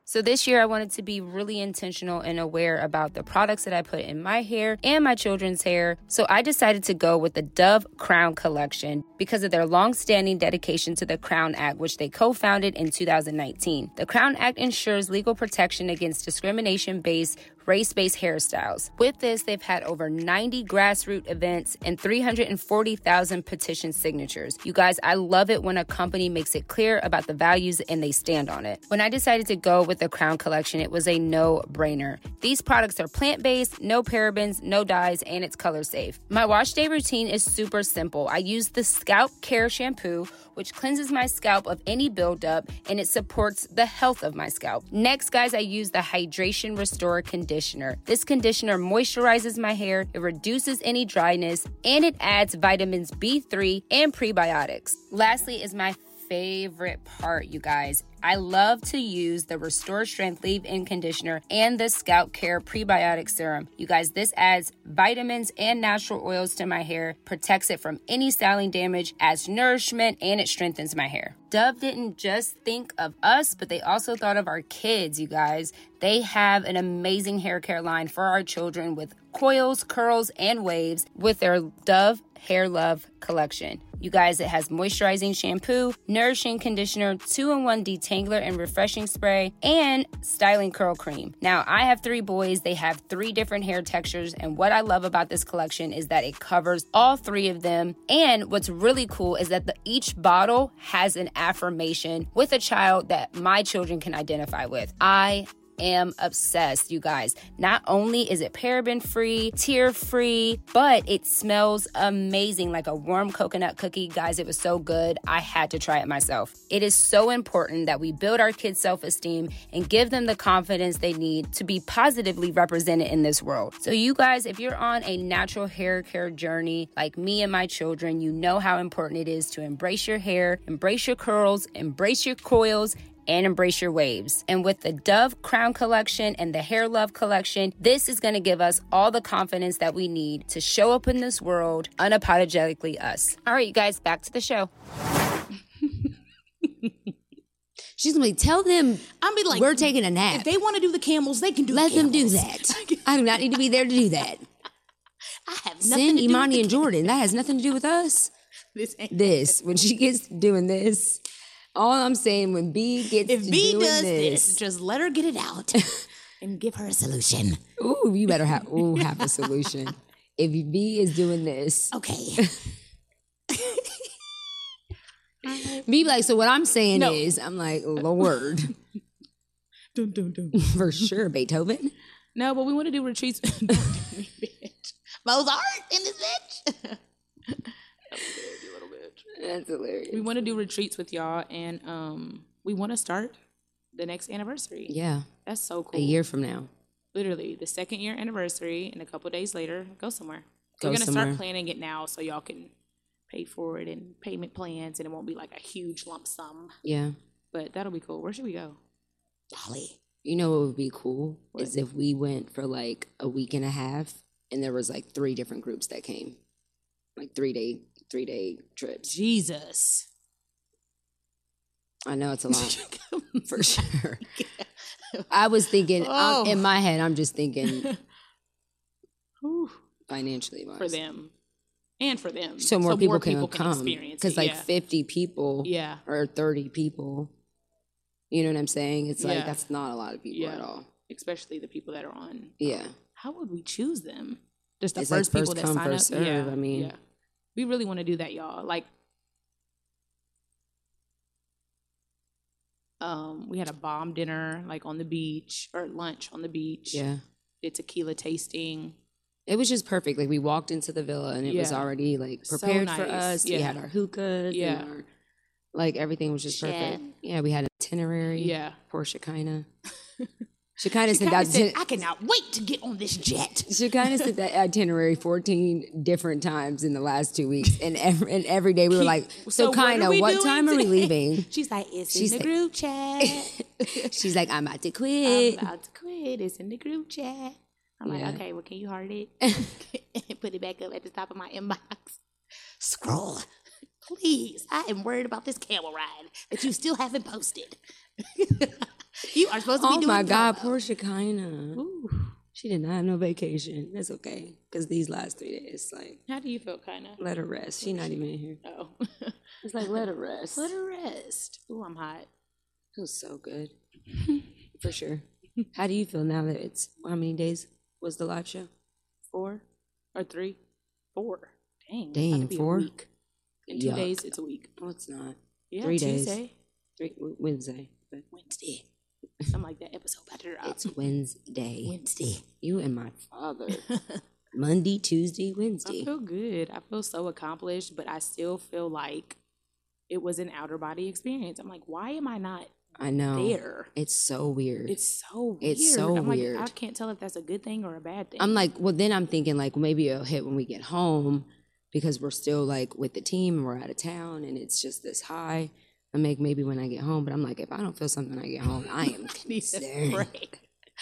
[SPEAKER 2] So this year I wanted to be really intentional and aware about the products that I put in my hair and my children's hair. So I decided to go with the Dove Crown Collection because of their long-standing dedication to the Crown Act which they co-founded in 2019. The Crown Act ensures legal protection against discrimination based race based hairstyles. With this, they've had over 90 grassroots events and 340,000 petition signatures. You guys, I love it when a company makes it clear about the values and they stand on it. When I decided to go with the Crown Collection, it was a no brainer. These products are plant based, no parabens, no dyes, and it's color safe. My wash day routine is super simple. I use the Scalp Care Shampoo, which cleanses my scalp of any buildup and it supports the health of my scalp. Next, guys, I use the Hydration Restore Conditioner. This conditioner moisturizes my hair, it reduces any dryness, and it adds vitamins B3 and prebiotics. Lastly, is my favorite part, you guys. I love to use the Restore Strength Leave In Conditioner and the Scalp Care Prebiotic Serum. You guys, this adds vitamins and natural oils to my hair, protects it from any styling damage, adds nourishment, and it strengthens my hair. Dove didn't just think of us, but they also thought of our kids, you guys. They have an amazing hair care line for our children with coils, curls, and waves with their Dove Hair Love collection. You guys, it has moisturizing shampoo, nourishing conditioner, two in one detangler and refreshing spray, and styling curl cream. Now, I have three boys. They have three different hair textures. And what I love about this collection is that it covers all three of them. And what's really cool is that the, each bottle has an affirmation with a child that my children can identify with. I am obsessed, you guys. Not only is it paraben free, tear free, but it smells amazing like a warm coconut cookie. Guys, it was so good. I had to try it myself. It is so important that we build our kids' self esteem and give them the confidence they need to be positively represented in this world. So, you guys, if you're on a natural hair care journey like me and my children, you know how important it is to embrace your hair, embrace your curls, embrace your coils and embrace your waves. And with the Dove Crown Collection and the Hair Love Collection, this is gonna give us all the confidence that we need to show up in this world unapologetically us. All right, you guys, back to the show.
[SPEAKER 3] She's gonna be tell them
[SPEAKER 4] I'm be like,
[SPEAKER 3] we're taking a
[SPEAKER 4] if
[SPEAKER 3] nap.
[SPEAKER 4] they want to do the camels, they can do.
[SPEAKER 3] Let
[SPEAKER 4] the
[SPEAKER 3] them do
[SPEAKER 4] camels.
[SPEAKER 3] that. I do not need to be there to do that.
[SPEAKER 4] I have nothing
[SPEAKER 3] Send
[SPEAKER 4] to do with
[SPEAKER 3] Imani
[SPEAKER 4] the
[SPEAKER 3] and Jordan. That has nothing to do with us.
[SPEAKER 4] this. ain't-
[SPEAKER 3] This when she gets doing this. All I'm saying when B gets
[SPEAKER 4] If
[SPEAKER 3] to
[SPEAKER 4] B
[SPEAKER 3] doing
[SPEAKER 4] does this, just let her get it out and give her a solution.
[SPEAKER 3] ooh, you better have ooh have a solution. if B is doing this,
[SPEAKER 4] Okay.
[SPEAKER 3] B be like so. What I'm saying
[SPEAKER 4] No.
[SPEAKER 3] is, I'm like Lord
[SPEAKER 4] dun, dun, dun.
[SPEAKER 3] for sure, Beethoven.
[SPEAKER 1] No, but we want to do retreats. Don't do me, bitch.
[SPEAKER 4] Mozart in this bitch.
[SPEAKER 3] That's
[SPEAKER 1] we
[SPEAKER 3] hilarious.
[SPEAKER 1] want to do retreats with y'all, and um, we want to start the next anniversary.
[SPEAKER 3] Yeah,
[SPEAKER 1] That's so cool.
[SPEAKER 3] a year from now.
[SPEAKER 1] Literally, the second year anniversary, and a couple days later, go somewhere.
[SPEAKER 3] Go
[SPEAKER 1] We're gonna
[SPEAKER 3] somewhere.
[SPEAKER 1] start planning it now, so y'all can pay for it and payment plans, and it won't be like a huge lump sum.
[SPEAKER 3] Yeah.
[SPEAKER 1] But that'll be cool. Where should we go?
[SPEAKER 4] Dolly.
[SPEAKER 3] You know what would be cool
[SPEAKER 1] What?
[SPEAKER 3] is if we went for like a week and a half and there was like three different groups that came. Like three day three day trips.
[SPEAKER 1] Jesus.
[SPEAKER 3] I know it's a lot for sure. I was thinking I'm-
[SPEAKER 4] Oh.
[SPEAKER 3] in my head I'm just thinking
[SPEAKER 1] Whew.
[SPEAKER 3] financially wise.
[SPEAKER 1] for them and for them.
[SPEAKER 3] So more people can come
[SPEAKER 1] experience
[SPEAKER 3] cuz
[SPEAKER 1] it,
[SPEAKER 3] like
[SPEAKER 1] yeah.
[SPEAKER 3] 50 people
[SPEAKER 1] yeah,
[SPEAKER 3] or 30 people you know what I'm saying? It's like
[SPEAKER 1] Yeah.
[SPEAKER 3] that's not a lot of people
[SPEAKER 1] Yeah.
[SPEAKER 3] at all.
[SPEAKER 1] especially the people that are on.
[SPEAKER 3] Yeah.
[SPEAKER 1] How would we choose them? Just the
[SPEAKER 3] It's like
[SPEAKER 1] first
[SPEAKER 3] first
[SPEAKER 1] people that
[SPEAKER 3] come,
[SPEAKER 1] sign
[SPEAKER 3] first
[SPEAKER 1] up.
[SPEAKER 3] serve,
[SPEAKER 1] yeah,
[SPEAKER 3] I mean.
[SPEAKER 1] yeah. we really want to do that, y'all. Like, um, we had a bomb dinner like on the beach or lunch on the beach.
[SPEAKER 3] Yeah.
[SPEAKER 1] did tequila tasting.
[SPEAKER 3] It was just perfect. Like we walked into the villa and it was
[SPEAKER 1] Yeah.
[SPEAKER 3] already like
[SPEAKER 1] So
[SPEAKER 3] prepared for
[SPEAKER 1] nice.
[SPEAKER 3] us. We
[SPEAKER 1] Yeah.
[SPEAKER 3] had our hookahs. Yeah.
[SPEAKER 1] Yeah.
[SPEAKER 3] And our, like everything was just perfect. Yeah, we had an itinerary.
[SPEAKER 1] Yeah,
[SPEAKER 3] Poor Shekinah. Shekinah sent
[SPEAKER 4] Kinda
[SPEAKER 3] out
[SPEAKER 4] said, I cannot wait to get on this jet.
[SPEAKER 3] Shekinah sent that itinerary fourteen different times in the last two weeks, and every, and every day we were like, "So,
[SPEAKER 1] So what are
[SPEAKER 3] Kinah,
[SPEAKER 1] we
[SPEAKER 3] what
[SPEAKER 1] doing
[SPEAKER 3] time are we
[SPEAKER 1] today?"
[SPEAKER 3] leaving?"
[SPEAKER 4] She's like, it's
[SPEAKER 3] She's
[SPEAKER 4] in
[SPEAKER 3] like-
[SPEAKER 4] the group chat.
[SPEAKER 3] She's like, "I'm about to
[SPEAKER 4] I'm
[SPEAKER 3] quit."
[SPEAKER 4] about to quit. It's in the group chat. I'm
[SPEAKER 3] Yeah.
[SPEAKER 4] like, okay, well, can you heart it? Put it back up at the top of my inbox. Scroll. Please. I am worried about this camel ride that you still haven't posted. you are supposed to
[SPEAKER 3] Oh
[SPEAKER 4] be doing
[SPEAKER 3] my God,
[SPEAKER 4] promo.
[SPEAKER 3] poor Shekinah.
[SPEAKER 1] Ooh.
[SPEAKER 3] She did not have no vacation. That's okay, because these last three days, like,
[SPEAKER 1] How do you feel, kind of?
[SPEAKER 3] let her rest. She's not even in here.
[SPEAKER 1] Oh,
[SPEAKER 3] It's like let her rest.
[SPEAKER 1] let her rest. Ooh, I'm hot.
[SPEAKER 3] Feels so good. For sure.
[SPEAKER 2] How do you feel now that it's how many days was the live show?
[SPEAKER 1] Four or three? Four. Dang. it's about to
[SPEAKER 2] Dang,
[SPEAKER 1] be a
[SPEAKER 2] four.
[SPEAKER 1] week. In two
[SPEAKER 2] Yuck.
[SPEAKER 1] days, it's a week.
[SPEAKER 2] No, it's not.
[SPEAKER 1] Yeah,
[SPEAKER 2] Three days.
[SPEAKER 1] Tuesday,
[SPEAKER 2] Three Wednesday. But
[SPEAKER 5] Wednesday.
[SPEAKER 1] something like that. Episode about uh, to drop.
[SPEAKER 2] it's Wednesday.
[SPEAKER 5] Wednesday.
[SPEAKER 2] You and my father. Monday, Tuesday,
[SPEAKER 1] I
[SPEAKER 2] Wednesday.
[SPEAKER 1] feel good. I feel so accomplished, but I still feel like it was an outer body experience. I'm like, why am I not
[SPEAKER 2] I know.
[SPEAKER 1] there?
[SPEAKER 2] It's so weird.
[SPEAKER 1] It's so weird.
[SPEAKER 2] Oh. It's so
[SPEAKER 1] I'm like, I
[SPEAKER 2] weird.
[SPEAKER 1] can't tell if that's a good thing or a bad thing.
[SPEAKER 2] I'm like, well, then I'm thinking like maybe it'll hit when we get home because we're still like with the team and we're out of town and it's just this high. I'm like maybe when I get home, but I'm like if I don't feel something when I get home, I am concerned.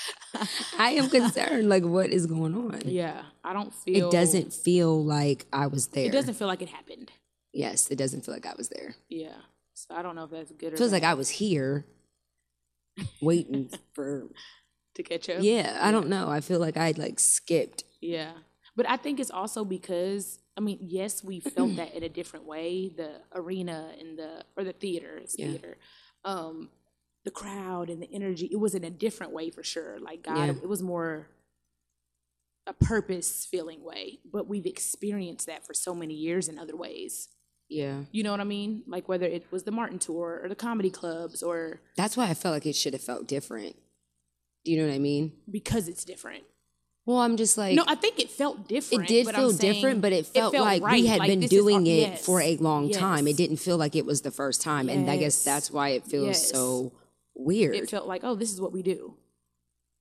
[SPEAKER 2] I am concerned. Like what is going on?
[SPEAKER 1] yeah, I don't feel.
[SPEAKER 2] It doesn't feel like I was there.
[SPEAKER 1] It doesn't feel like it happened.
[SPEAKER 2] Yes, it doesn't feel like I was there.
[SPEAKER 1] Yeah. So I don't know if that's good or
[SPEAKER 2] It feels like
[SPEAKER 1] bad
[SPEAKER 2] I was here, waiting for.
[SPEAKER 1] to catch up.
[SPEAKER 2] Yeah, I don't know. I feel like I like skipped.
[SPEAKER 1] Yeah. But I think it's also because I mean, yes, we felt that in a different way, the arena and the or the theater, it's
[SPEAKER 2] Yeah.
[SPEAKER 1] theater. Um the crowd and the energy, it was in a different way for sure. Like God,
[SPEAKER 2] Yeah.
[SPEAKER 1] it was more a purpose feeling way, but we've experienced that for so many years in other ways.
[SPEAKER 2] Yeah,
[SPEAKER 1] You know what I mean? Like whether it was the Martin tour or the comedy clubs or
[SPEAKER 2] that's why I felt like it should have felt different. Do you know what I mean?
[SPEAKER 1] because it's different.
[SPEAKER 2] Well, I'm just like
[SPEAKER 1] no, I think it felt different.
[SPEAKER 2] it did
[SPEAKER 1] but
[SPEAKER 2] feel
[SPEAKER 1] I'm saying
[SPEAKER 2] different, but it felt, like
[SPEAKER 1] right,
[SPEAKER 2] we had
[SPEAKER 1] like
[SPEAKER 2] been
[SPEAKER 1] this is our-
[SPEAKER 2] doing it for
[SPEAKER 1] yes.
[SPEAKER 2] a long time.
[SPEAKER 1] Yes.
[SPEAKER 2] It didn't feel like it was the first time, and I
[SPEAKER 1] Yes.
[SPEAKER 2] guess that's why it feels
[SPEAKER 1] Yes.
[SPEAKER 2] so weird.
[SPEAKER 1] it felt like, oh, this is what we do.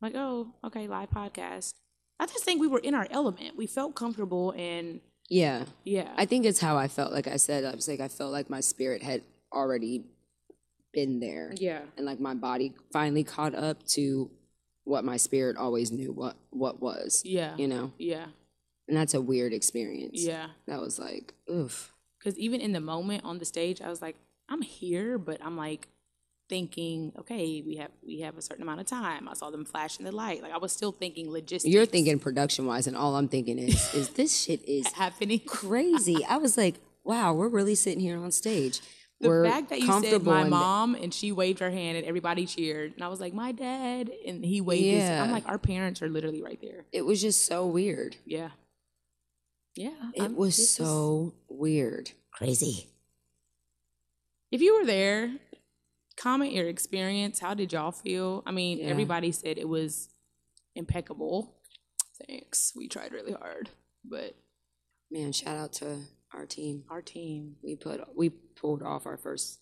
[SPEAKER 1] Like, oh, okay, live podcast. I just think we were in our element. We felt comfortable and
[SPEAKER 2] yeah,
[SPEAKER 1] yeah,
[SPEAKER 2] I think it's how I felt. Like I said, I was like I felt like my spirit had already been there,
[SPEAKER 1] yeah,
[SPEAKER 2] and like my body finally caught up to what my spirit always knew what what was.
[SPEAKER 1] yeah,
[SPEAKER 2] You know,
[SPEAKER 1] yeah,
[SPEAKER 2] and that's a weird experience.
[SPEAKER 1] yeah.
[SPEAKER 2] that was like oof.
[SPEAKER 1] Because even in the moment on the stage, I was like, I'm here, but I'm like thinking, okay, we have we have a certain amount of time. I saw them flashing the light. Like I was still thinking logistics.
[SPEAKER 2] You're thinking production wise, and all I'm thinking is is this shit is
[SPEAKER 1] happening.
[SPEAKER 2] crazy. I was like, wow, we're really sitting here on stage.
[SPEAKER 1] The
[SPEAKER 2] we're
[SPEAKER 1] fact that you said
[SPEAKER 2] comfortable
[SPEAKER 1] my
[SPEAKER 2] and-
[SPEAKER 1] mom and she waved her hand and everybody cheered and I was like my dad and he waved. his- I'm
[SPEAKER 2] Yeah.
[SPEAKER 1] like our parents are literally right there.
[SPEAKER 2] It was just so weird.
[SPEAKER 1] Yeah. Yeah.
[SPEAKER 2] It
[SPEAKER 1] I'm-
[SPEAKER 2] was
[SPEAKER 1] this is-
[SPEAKER 2] so weird.
[SPEAKER 5] Crazy.
[SPEAKER 1] if you were there, comment your experience. How did y'all feel? I mean,
[SPEAKER 2] Yeah.
[SPEAKER 1] everybody said it was impeccable. Thanks. We tried really hard. But
[SPEAKER 2] Man, shout out to our team.
[SPEAKER 1] our team,
[SPEAKER 2] We put we pulled off our first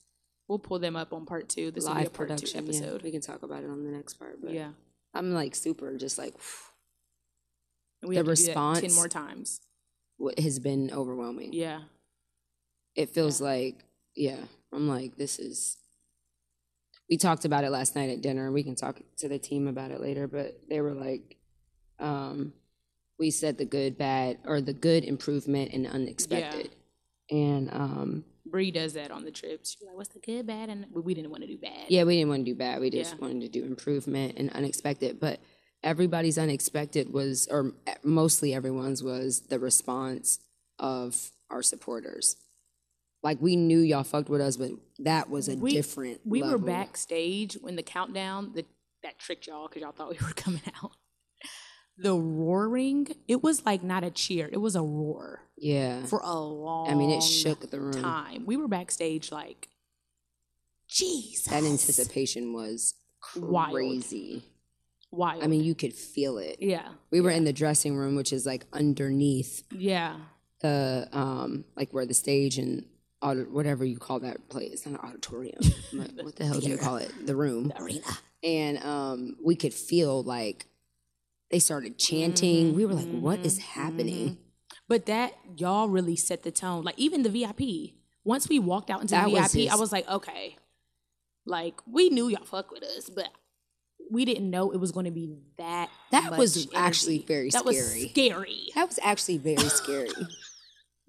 [SPEAKER 1] we'll pull them up on part two. This will be a
[SPEAKER 2] live
[SPEAKER 1] part two
[SPEAKER 2] production. Yeah,
[SPEAKER 1] episode.
[SPEAKER 2] we can talk about it on the next part.
[SPEAKER 1] Yeah.
[SPEAKER 2] But I'm like super just like
[SPEAKER 1] And we
[SPEAKER 2] The
[SPEAKER 1] have to do that ten
[SPEAKER 2] response-
[SPEAKER 1] more times.
[SPEAKER 2] what has been overwhelming.
[SPEAKER 1] Yeah.
[SPEAKER 2] It feels like yeah. I'm like, this is we talked about it last night at dinner and we can talk to the team about it later, but they were like, um, we said the good, bad or the good improvement and unexpected. And um
[SPEAKER 1] Bree does that on the trip. She's like, What's the good, bad? And we we didn't want to do bad.
[SPEAKER 2] Yeah, we didn't want to do bad. We just
[SPEAKER 1] Yeah.
[SPEAKER 2] wanted to do improvement and unexpected. But everybody's unexpected was, or e, mostly everyone's was, the response of our supporters. Like we knew y'all fucked with us, but that was a
[SPEAKER 1] We-
[SPEAKER 2] different.
[SPEAKER 1] We were
[SPEAKER 2] level.
[SPEAKER 1] backstage when the countdown the, that tricked y'all because y'all thought we were coming out. The roaring, it was like not a cheer, it was a roar
[SPEAKER 2] Yeah,
[SPEAKER 1] for a long.
[SPEAKER 2] I mean it shook the room.
[SPEAKER 1] time. We were backstage like
[SPEAKER 5] Jesus.
[SPEAKER 2] That anticipation was
[SPEAKER 1] Wild.
[SPEAKER 2] crazy.
[SPEAKER 1] wild.
[SPEAKER 2] I mean, you could feel it.
[SPEAKER 1] yeah,
[SPEAKER 2] We were in the dressing room, which is like underneath
[SPEAKER 1] yeah,
[SPEAKER 2] the um like where the stage and audit, whatever you call that place it's not an auditorium I'm like, what the hell do you call it the room
[SPEAKER 5] Arena.
[SPEAKER 2] and um we could feel like they started chanting we were like what is happening
[SPEAKER 1] but that y'all really set the tone. Like even the VIP. Once we walked out into
[SPEAKER 2] That
[SPEAKER 1] the
[SPEAKER 2] was
[SPEAKER 1] VIP, I
[SPEAKER 2] just-
[SPEAKER 1] was like, okay, like we knew y'all fuck with us, but. We didn't know it was going to be that.
[SPEAKER 2] That was
[SPEAKER 1] much
[SPEAKER 2] actually
[SPEAKER 1] energy.
[SPEAKER 2] very
[SPEAKER 1] that
[SPEAKER 2] scary.
[SPEAKER 1] was scary.
[SPEAKER 2] that was actually very scary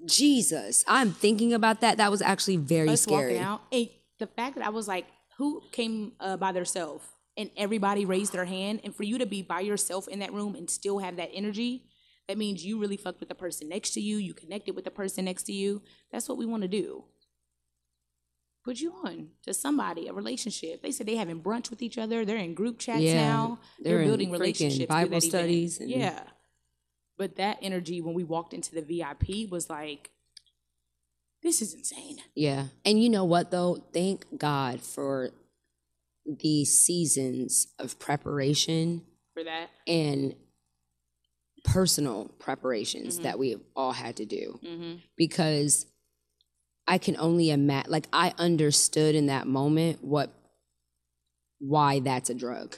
[SPEAKER 2] jesus i'm thinking about that that was actually very
[SPEAKER 1] us
[SPEAKER 2] scary
[SPEAKER 1] walking out. And the fact that I was like, who came uh, by themselves? And everybody raised their hand. And for you to be by yourself in that room and still have that energy, that means you really fucked with the person next to you. You connected with the person next to you. That's what we want to do. put you on to somebody, a relationship. They said they having brunch with each other. They're in group chats
[SPEAKER 6] Yeah,
[SPEAKER 1] now. They're,
[SPEAKER 6] they're in
[SPEAKER 1] building
[SPEAKER 6] freaking
[SPEAKER 1] relationships. through
[SPEAKER 6] Bible
[SPEAKER 1] that event.
[SPEAKER 6] studies and-
[SPEAKER 1] Yeah. But that energy when we walked into the VIP was like, this is insane.
[SPEAKER 6] Yeah. And you know what though? Thank God for the seasons of preparation
[SPEAKER 1] For that,
[SPEAKER 6] and personal preparations
[SPEAKER 1] Mhm.
[SPEAKER 6] that we've all had to do
[SPEAKER 1] mm-hmm.
[SPEAKER 6] because I can only imagine like I understood in that moment what why that's a drug.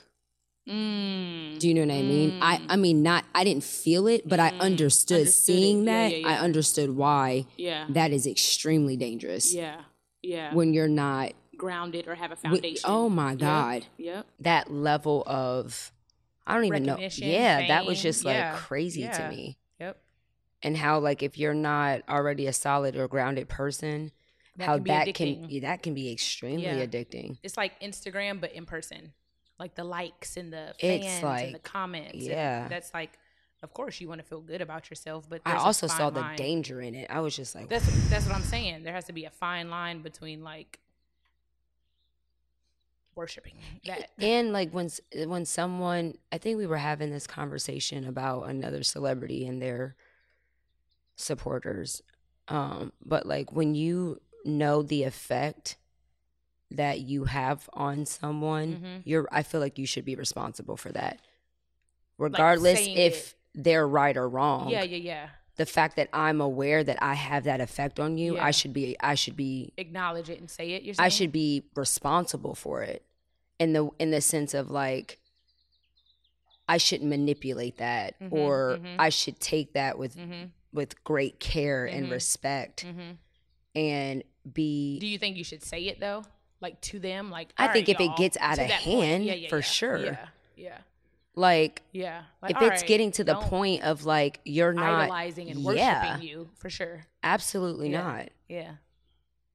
[SPEAKER 1] mm.
[SPEAKER 6] Do you know what I mean? I
[SPEAKER 1] Mm.
[SPEAKER 6] I mean not I didn't feel it, but I
[SPEAKER 1] Mm.
[SPEAKER 6] understood,
[SPEAKER 1] Understood it.
[SPEAKER 6] seeing
[SPEAKER 1] Yeah,
[SPEAKER 6] that.
[SPEAKER 1] yeah,
[SPEAKER 6] I
[SPEAKER 1] yeah.
[SPEAKER 6] understood why
[SPEAKER 1] yeah,
[SPEAKER 6] that is extremely dangerous
[SPEAKER 1] yeah, yeah.
[SPEAKER 6] when you're not
[SPEAKER 1] Grounded or have a
[SPEAKER 6] when-
[SPEAKER 1] foundation.
[SPEAKER 6] oh my god.
[SPEAKER 1] Yep.
[SPEAKER 2] that level of I don't even know.
[SPEAKER 1] Recognition,
[SPEAKER 2] Yeah, that was
[SPEAKER 1] fame,
[SPEAKER 2] just like
[SPEAKER 1] yeah,
[SPEAKER 2] crazy
[SPEAKER 1] yeah.
[SPEAKER 2] to me.
[SPEAKER 1] Yep.
[SPEAKER 2] And how like if you're not already a solid or grounded person, how
[SPEAKER 1] can be
[SPEAKER 2] that
[SPEAKER 1] addicting.
[SPEAKER 2] can e yeah, that can be extremely
[SPEAKER 1] Yeah.
[SPEAKER 2] addicting.
[SPEAKER 1] It's like Instagram, but in person. Like the likes and the fans
[SPEAKER 2] It's
[SPEAKER 1] and the
[SPEAKER 2] like-
[SPEAKER 1] comments. and
[SPEAKER 2] yeah.
[SPEAKER 1] that's like, of course, you want to feel good about yourself, but
[SPEAKER 2] I
[SPEAKER 1] there's a
[SPEAKER 2] also
[SPEAKER 1] fine
[SPEAKER 2] saw the
[SPEAKER 1] line.
[SPEAKER 2] danger in it. I was just like,
[SPEAKER 1] That's that's what I'm saying. There has to be a fine line between like worshiping that.
[SPEAKER 2] and like when s- when someone i think we were having this conversation about another celebrity and their supporters um but like when you know the effect that you have on someone
[SPEAKER 1] Mhm.
[SPEAKER 2] you're i feel like you should be responsible for that regardless
[SPEAKER 1] saying
[SPEAKER 2] if they're right or wrong
[SPEAKER 1] Yeah, yeah, yeah.
[SPEAKER 2] the fact that i'm aware that i have that effect on you
[SPEAKER 1] Yeah.
[SPEAKER 2] i should be i should be
[SPEAKER 1] Acknowledge it and say it. You're saying?
[SPEAKER 2] I should be responsible for it in the in the sense of like I shouldn't manipulate that
[SPEAKER 1] Mhm,
[SPEAKER 2] or
[SPEAKER 1] mhm.
[SPEAKER 2] I should take that with
[SPEAKER 1] Mm-hmm,
[SPEAKER 2] with great care
[SPEAKER 1] Mhm,
[SPEAKER 2] and respect
[SPEAKER 1] mm-hmm.
[SPEAKER 2] and be
[SPEAKER 1] Do you think you should say it though, like to them? Like
[SPEAKER 2] I
[SPEAKER 1] "All
[SPEAKER 2] think
[SPEAKER 1] right,
[SPEAKER 2] if it
[SPEAKER 1] y'all,"
[SPEAKER 2] gets out
[SPEAKER 1] to
[SPEAKER 2] of
[SPEAKER 1] that point.
[SPEAKER 2] hand, for
[SPEAKER 1] yeah,
[SPEAKER 2] sure.
[SPEAKER 1] Yeah, yeah,
[SPEAKER 2] like
[SPEAKER 1] yeah.
[SPEAKER 2] if
[SPEAKER 1] all
[SPEAKER 2] it's
[SPEAKER 1] right,
[SPEAKER 2] getting to the
[SPEAKER 1] don't
[SPEAKER 2] point of like you're not
[SPEAKER 1] idolizing and
[SPEAKER 2] yeah.
[SPEAKER 1] worshiping you for sure.
[SPEAKER 2] absolutely
[SPEAKER 1] Yeah.
[SPEAKER 2] not
[SPEAKER 1] Yeah,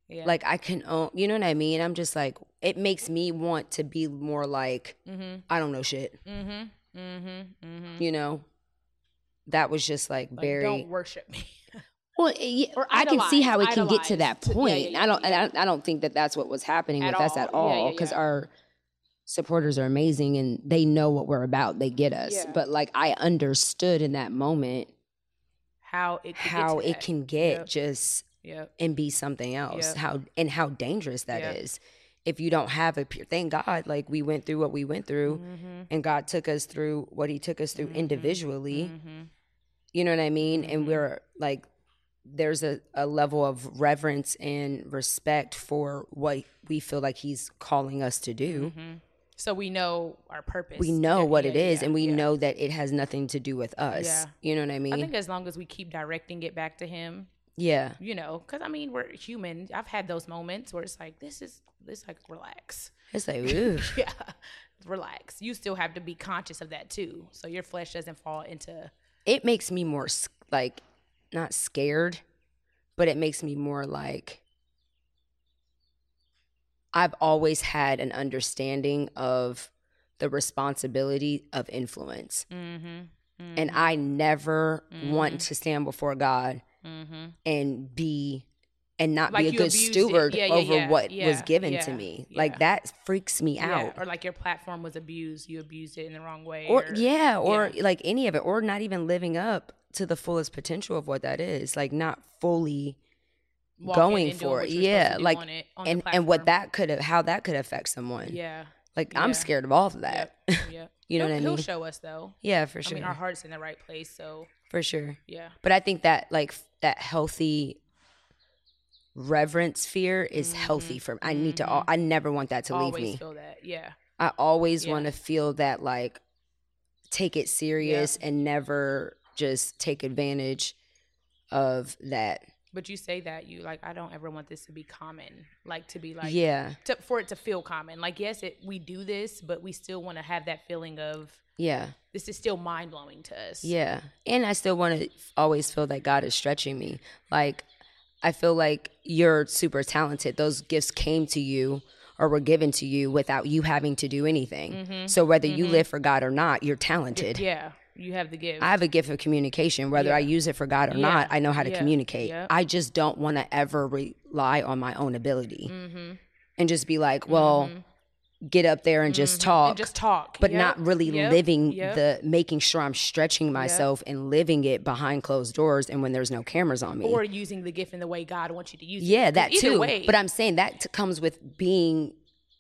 [SPEAKER 1] yeah.
[SPEAKER 2] like I can own you know what I mean I'm just like it makes me want to be more like
[SPEAKER 1] mm-hmm,
[SPEAKER 2] I don't know shit
[SPEAKER 1] mm-hmm, mm-hmm, mm-hmm.
[SPEAKER 2] you know that was just like
[SPEAKER 1] Like,
[SPEAKER 2] very
[SPEAKER 1] don't worship me.
[SPEAKER 6] Well, yeah,
[SPEAKER 1] Or
[SPEAKER 6] I can see
[SPEAKER 1] idolize,
[SPEAKER 6] how it can get to
[SPEAKER 1] idolize.
[SPEAKER 6] that
[SPEAKER 1] Yeah, yeah,
[SPEAKER 6] point.
[SPEAKER 1] yeah,
[SPEAKER 6] I don't,
[SPEAKER 1] yeah.
[SPEAKER 6] I, I don't think that that's what was happening
[SPEAKER 1] At
[SPEAKER 6] with us
[SPEAKER 1] all.
[SPEAKER 6] at
[SPEAKER 1] Yeah, yeah,
[SPEAKER 6] all because
[SPEAKER 1] yeah.
[SPEAKER 6] our supporters are amazing and they know what we're about. They get us.
[SPEAKER 1] Yeah.
[SPEAKER 6] But like, I understood in that moment
[SPEAKER 1] How it could get
[SPEAKER 2] how
[SPEAKER 1] to
[SPEAKER 2] it
[SPEAKER 1] that.
[SPEAKER 2] can get
[SPEAKER 1] Yep.
[SPEAKER 2] just
[SPEAKER 1] Yep.
[SPEAKER 2] and be something else
[SPEAKER 1] Yep.
[SPEAKER 2] how and how dangerous that is
[SPEAKER 1] Yep.
[SPEAKER 2] if you don't have a pure thank god like we went through what we went through
[SPEAKER 1] Mm-hmm.
[SPEAKER 2] and god took us through what he took us through
[SPEAKER 1] Mhm.
[SPEAKER 2] individually
[SPEAKER 1] Mm-hmm.
[SPEAKER 2] you know what i mean
[SPEAKER 1] Mhm.
[SPEAKER 2] and we're like there's a, a level of reverence and respect for what we feel like he's calling us to do
[SPEAKER 1] Mm-hmm. So we know our purpose.
[SPEAKER 2] we know
[SPEAKER 1] Yeah,
[SPEAKER 2] what
[SPEAKER 1] yeah,
[SPEAKER 2] it is
[SPEAKER 1] yeah,
[SPEAKER 2] and we
[SPEAKER 1] yeah.
[SPEAKER 2] know that it has nothing to do with us
[SPEAKER 1] Yeah.
[SPEAKER 2] you know what i mean
[SPEAKER 1] I think as long as we keep directing it back to him,
[SPEAKER 2] yeah
[SPEAKER 1] you know, because I mean we're human. I've had those moments where it's like this is this like relax,
[SPEAKER 2] it's like ooh
[SPEAKER 1] yeah, relax. You still have to be conscious of that too, so your flesh doesn't fall into
[SPEAKER 2] it makes me more s- like not scared, but it makes me more like I've always had an understanding of the responsibility of influence.
[SPEAKER 1] mm-hmm,
[SPEAKER 2] And I never want
[SPEAKER 1] Mhm.
[SPEAKER 2] to stand before God
[SPEAKER 1] mm-hmm.
[SPEAKER 2] and be and not
[SPEAKER 1] Like
[SPEAKER 2] be a
[SPEAKER 1] you
[SPEAKER 2] good
[SPEAKER 1] abused it.
[SPEAKER 2] steward
[SPEAKER 1] Yeah, yeah,
[SPEAKER 2] over
[SPEAKER 1] yeah,
[SPEAKER 2] what was
[SPEAKER 1] yeah,
[SPEAKER 2] given
[SPEAKER 1] yeah,
[SPEAKER 2] to me.
[SPEAKER 1] yeah.
[SPEAKER 2] Like that freaks me out.
[SPEAKER 1] or like your platform was abused. You abused it in the wrong way.
[SPEAKER 2] or yeah or like any of it or not even living up to the fullest potential of what that is like not fully
[SPEAKER 1] walking
[SPEAKER 2] going
[SPEAKER 1] and doing
[SPEAKER 2] for
[SPEAKER 1] what
[SPEAKER 2] it
[SPEAKER 1] you're supposed
[SPEAKER 2] yeah
[SPEAKER 1] to do
[SPEAKER 2] like
[SPEAKER 1] on it, on the
[SPEAKER 2] and and what
[SPEAKER 1] platform.
[SPEAKER 2] that could have how that could affect someone
[SPEAKER 1] yeah
[SPEAKER 2] like
[SPEAKER 1] Yeah.
[SPEAKER 2] i'm scared of all of that
[SPEAKER 1] yep, yep.
[SPEAKER 2] you know
[SPEAKER 1] he'll,
[SPEAKER 2] what i
[SPEAKER 1] he'll
[SPEAKER 2] mean
[SPEAKER 1] show us though.
[SPEAKER 2] yeah for
[SPEAKER 1] I
[SPEAKER 2] sure
[SPEAKER 1] mean, our heart's in the right place, so
[SPEAKER 2] for sure
[SPEAKER 1] yeah.
[SPEAKER 2] but i think that like f- that healthy reverence fear is healthy for i need to all, i never want that to
[SPEAKER 1] Mm-hmm. Always
[SPEAKER 2] leave me
[SPEAKER 1] feel that, yeah.
[SPEAKER 2] I always
[SPEAKER 1] Yeah.
[SPEAKER 2] want to feel that like take it serious and never just take advantage of that.
[SPEAKER 1] But you say that you like, I don't ever want this to be common, like to be like,
[SPEAKER 2] yeah.
[SPEAKER 1] to, for it to feel common. Like, yes, it we do this, but we still want to have that feeling of
[SPEAKER 2] Yeah.
[SPEAKER 1] this is still mind blowing to us.
[SPEAKER 2] Yeah. And I still want to always feel that God is stretching me. Like I feel like you're super talented. Those gifts came to you or were given to you without you having to do anything.
[SPEAKER 1] Mhm.
[SPEAKER 2] So whether you
[SPEAKER 1] Mhm.
[SPEAKER 2] live for God or not, you're talented.
[SPEAKER 1] yeah, you have the gift.
[SPEAKER 2] I have a gift of communication, whether I use it for God or
[SPEAKER 1] Yeah.
[SPEAKER 2] not. I know how to
[SPEAKER 1] Yeah.
[SPEAKER 2] communicate.
[SPEAKER 1] Yep.
[SPEAKER 2] I just don't want to ever rely on my own ability
[SPEAKER 1] mm-hmm.
[SPEAKER 2] and just be like, well, get up there and just talk,
[SPEAKER 1] Mm-hmm. And just talk,
[SPEAKER 2] but
[SPEAKER 1] Yep.
[SPEAKER 2] not really
[SPEAKER 1] Yep.
[SPEAKER 2] living
[SPEAKER 1] Yep.
[SPEAKER 2] the making sure I'm stretching myself and living it behind closed doors and when there's no cameras on me.
[SPEAKER 1] or using the gift in the way God wants you to use it.
[SPEAKER 2] yeah, that
[SPEAKER 1] Either
[SPEAKER 2] too.
[SPEAKER 1] way.
[SPEAKER 2] But I'm saying that t- comes with being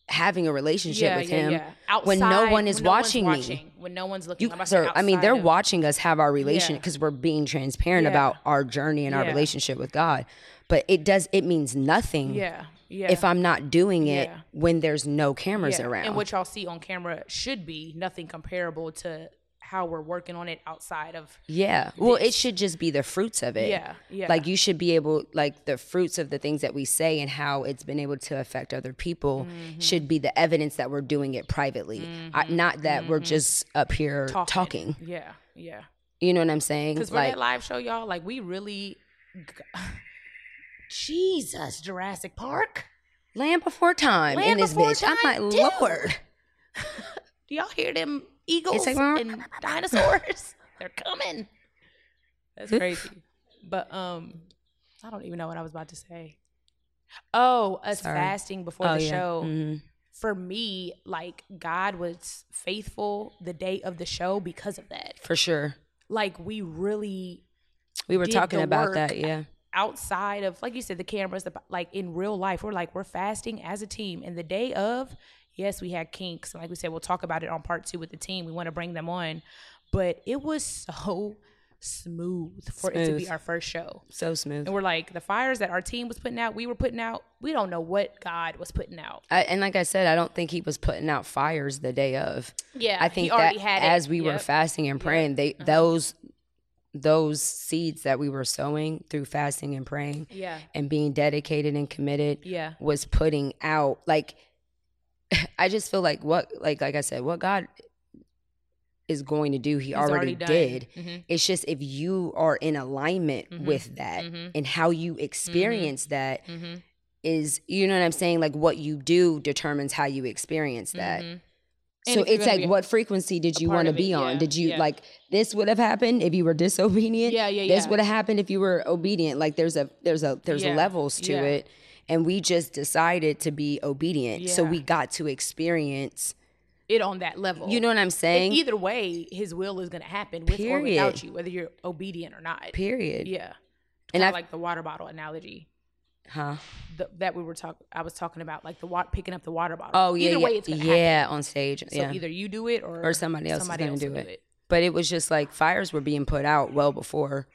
[SPEAKER 2] having a relationship with him.
[SPEAKER 1] Outside,
[SPEAKER 2] when no one is
[SPEAKER 1] one's
[SPEAKER 2] watching me.
[SPEAKER 1] watching, when no one's looking.
[SPEAKER 2] You
[SPEAKER 1] I'm
[SPEAKER 2] guys
[SPEAKER 1] saying
[SPEAKER 2] are, I mean,
[SPEAKER 1] outside
[SPEAKER 2] they're
[SPEAKER 1] of-
[SPEAKER 2] watching us have our relation
[SPEAKER 1] Yeah.
[SPEAKER 2] because we're being transparent
[SPEAKER 1] Yeah.
[SPEAKER 2] about our journey and our
[SPEAKER 1] Yeah.
[SPEAKER 2] relationship with God. But it does, it means nothing
[SPEAKER 1] Yeah, yeah.
[SPEAKER 2] if I'm not doing it
[SPEAKER 1] Yeah.
[SPEAKER 2] when there's no cameras
[SPEAKER 1] Yeah,
[SPEAKER 2] around.
[SPEAKER 1] And what y'all see on camera should be nothing comparable to how we're working on it outside of.
[SPEAKER 2] yeah. Well, it should just be the fruits of it.
[SPEAKER 1] Yeah, yeah.
[SPEAKER 2] Like you should be able, like the fruits of the things that we say and how it's been able to affect other people
[SPEAKER 1] Mm-hmm.
[SPEAKER 2] should be the evidence that we're doing it privately, I, not that
[SPEAKER 1] Mm-hmm.
[SPEAKER 2] we're just up here talking.
[SPEAKER 1] Yeah, yeah.
[SPEAKER 2] You know what I'm saying?
[SPEAKER 1] Because for that live show, y'all, like we really. Jesus, Jurassic Park.
[SPEAKER 2] Land before time in
[SPEAKER 1] Land
[SPEAKER 2] this
[SPEAKER 1] Before
[SPEAKER 2] bitch. I'm like,
[SPEAKER 1] Time, too.
[SPEAKER 2] Lord.
[SPEAKER 1] Do y'all hear them eagles
[SPEAKER 2] like,
[SPEAKER 1] and dinosaurs? They're coming. That's crazy. But um, I don't even know what I was about to say. Oh, us
[SPEAKER 2] Sorry.
[SPEAKER 1] fasting before the show.
[SPEAKER 2] Mhm.
[SPEAKER 1] For me, like God was faithful the day of the show because of that.
[SPEAKER 2] For sure.
[SPEAKER 1] Like we really
[SPEAKER 2] We were
[SPEAKER 1] Did
[SPEAKER 2] talking
[SPEAKER 1] the
[SPEAKER 2] about
[SPEAKER 1] work.
[SPEAKER 2] that, yeah.
[SPEAKER 1] outside of like you said the cameras the, like in real life we're like we're fasting as a team and the day of yes we had kinks and like we said we'll talk about it on part two with the team we want to bring them on but it was so smooth for it to be
[SPEAKER 2] Smooth.
[SPEAKER 1] our first show
[SPEAKER 2] So smooth.
[SPEAKER 1] and we're like the fires that our team was putting out we were putting out we don't know what god was putting out
[SPEAKER 2] I, and like I said, I don't think he was putting out fires the day of.
[SPEAKER 1] yeah
[SPEAKER 2] I think that as we were fasting and praying, they those those seeds that we were sowing through fasting and praying
[SPEAKER 1] yeah
[SPEAKER 2] and being dedicated and committed
[SPEAKER 1] yeah
[SPEAKER 2] was putting out like I just feel like what like like I said, what God is going to do, he already, did.
[SPEAKER 1] mm-hmm.
[SPEAKER 2] It's just if you are in alignment
[SPEAKER 1] Mhm.
[SPEAKER 2] with that
[SPEAKER 1] Mhm.
[SPEAKER 2] and how you experience that
[SPEAKER 1] Mm-hmm.
[SPEAKER 2] is, you know what I'm saying? Like what you do determines how you experience that.
[SPEAKER 1] Mhm. And
[SPEAKER 2] So
[SPEAKER 1] if you're
[SPEAKER 2] it's
[SPEAKER 1] gonna
[SPEAKER 2] like,
[SPEAKER 1] be-
[SPEAKER 2] what frequency did you
[SPEAKER 1] part
[SPEAKER 2] want to
[SPEAKER 1] of it,
[SPEAKER 2] be on?
[SPEAKER 1] yeah,
[SPEAKER 2] Did you
[SPEAKER 1] yeah.
[SPEAKER 2] like this would have happened if you were disobedient?
[SPEAKER 1] Yeah, yeah,
[SPEAKER 2] This
[SPEAKER 1] yeah.
[SPEAKER 2] would have happened if you were obedient. Like there's a there's a there's
[SPEAKER 1] Yeah,
[SPEAKER 2] levels to
[SPEAKER 1] yeah.
[SPEAKER 2] it, and we just decided to be obedient. So
[SPEAKER 1] Yeah.
[SPEAKER 2] we got to experience.
[SPEAKER 1] it on that level
[SPEAKER 2] You know what I'm saying?
[SPEAKER 1] And either way, his will is going to happen with or without
[SPEAKER 2] Period.
[SPEAKER 1] you, whether you're obedient or not.
[SPEAKER 2] Period.
[SPEAKER 1] Yeah.
[SPEAKER 2] And
[SPEAKER 1] And I
[SPEAKER 2] I've-
[SPEAKER 1] like the water bottle analogy
[SPEAKER 2] Huh?
[SPEAKER 1] the, that we were talking. I was talking about like the water picking up the water bottle.
[SPEAKER 2] Oh yeah.
[SPEAKER 1] Either
[SPEAKER 2] yeah.
[SPEAKER 1] way, it's gonna happen.
[SPEAKER 2] yeah on stage.
[SPEAKER 1] So
[SPEAKER 2] yeah.
[SPEAKER 1] either you do it or
[SPEAKER 2] Or somebody else is gonna do
[SPEAKER 1] will
[SPEAKER 2] it. but it was just like fires were being put out well before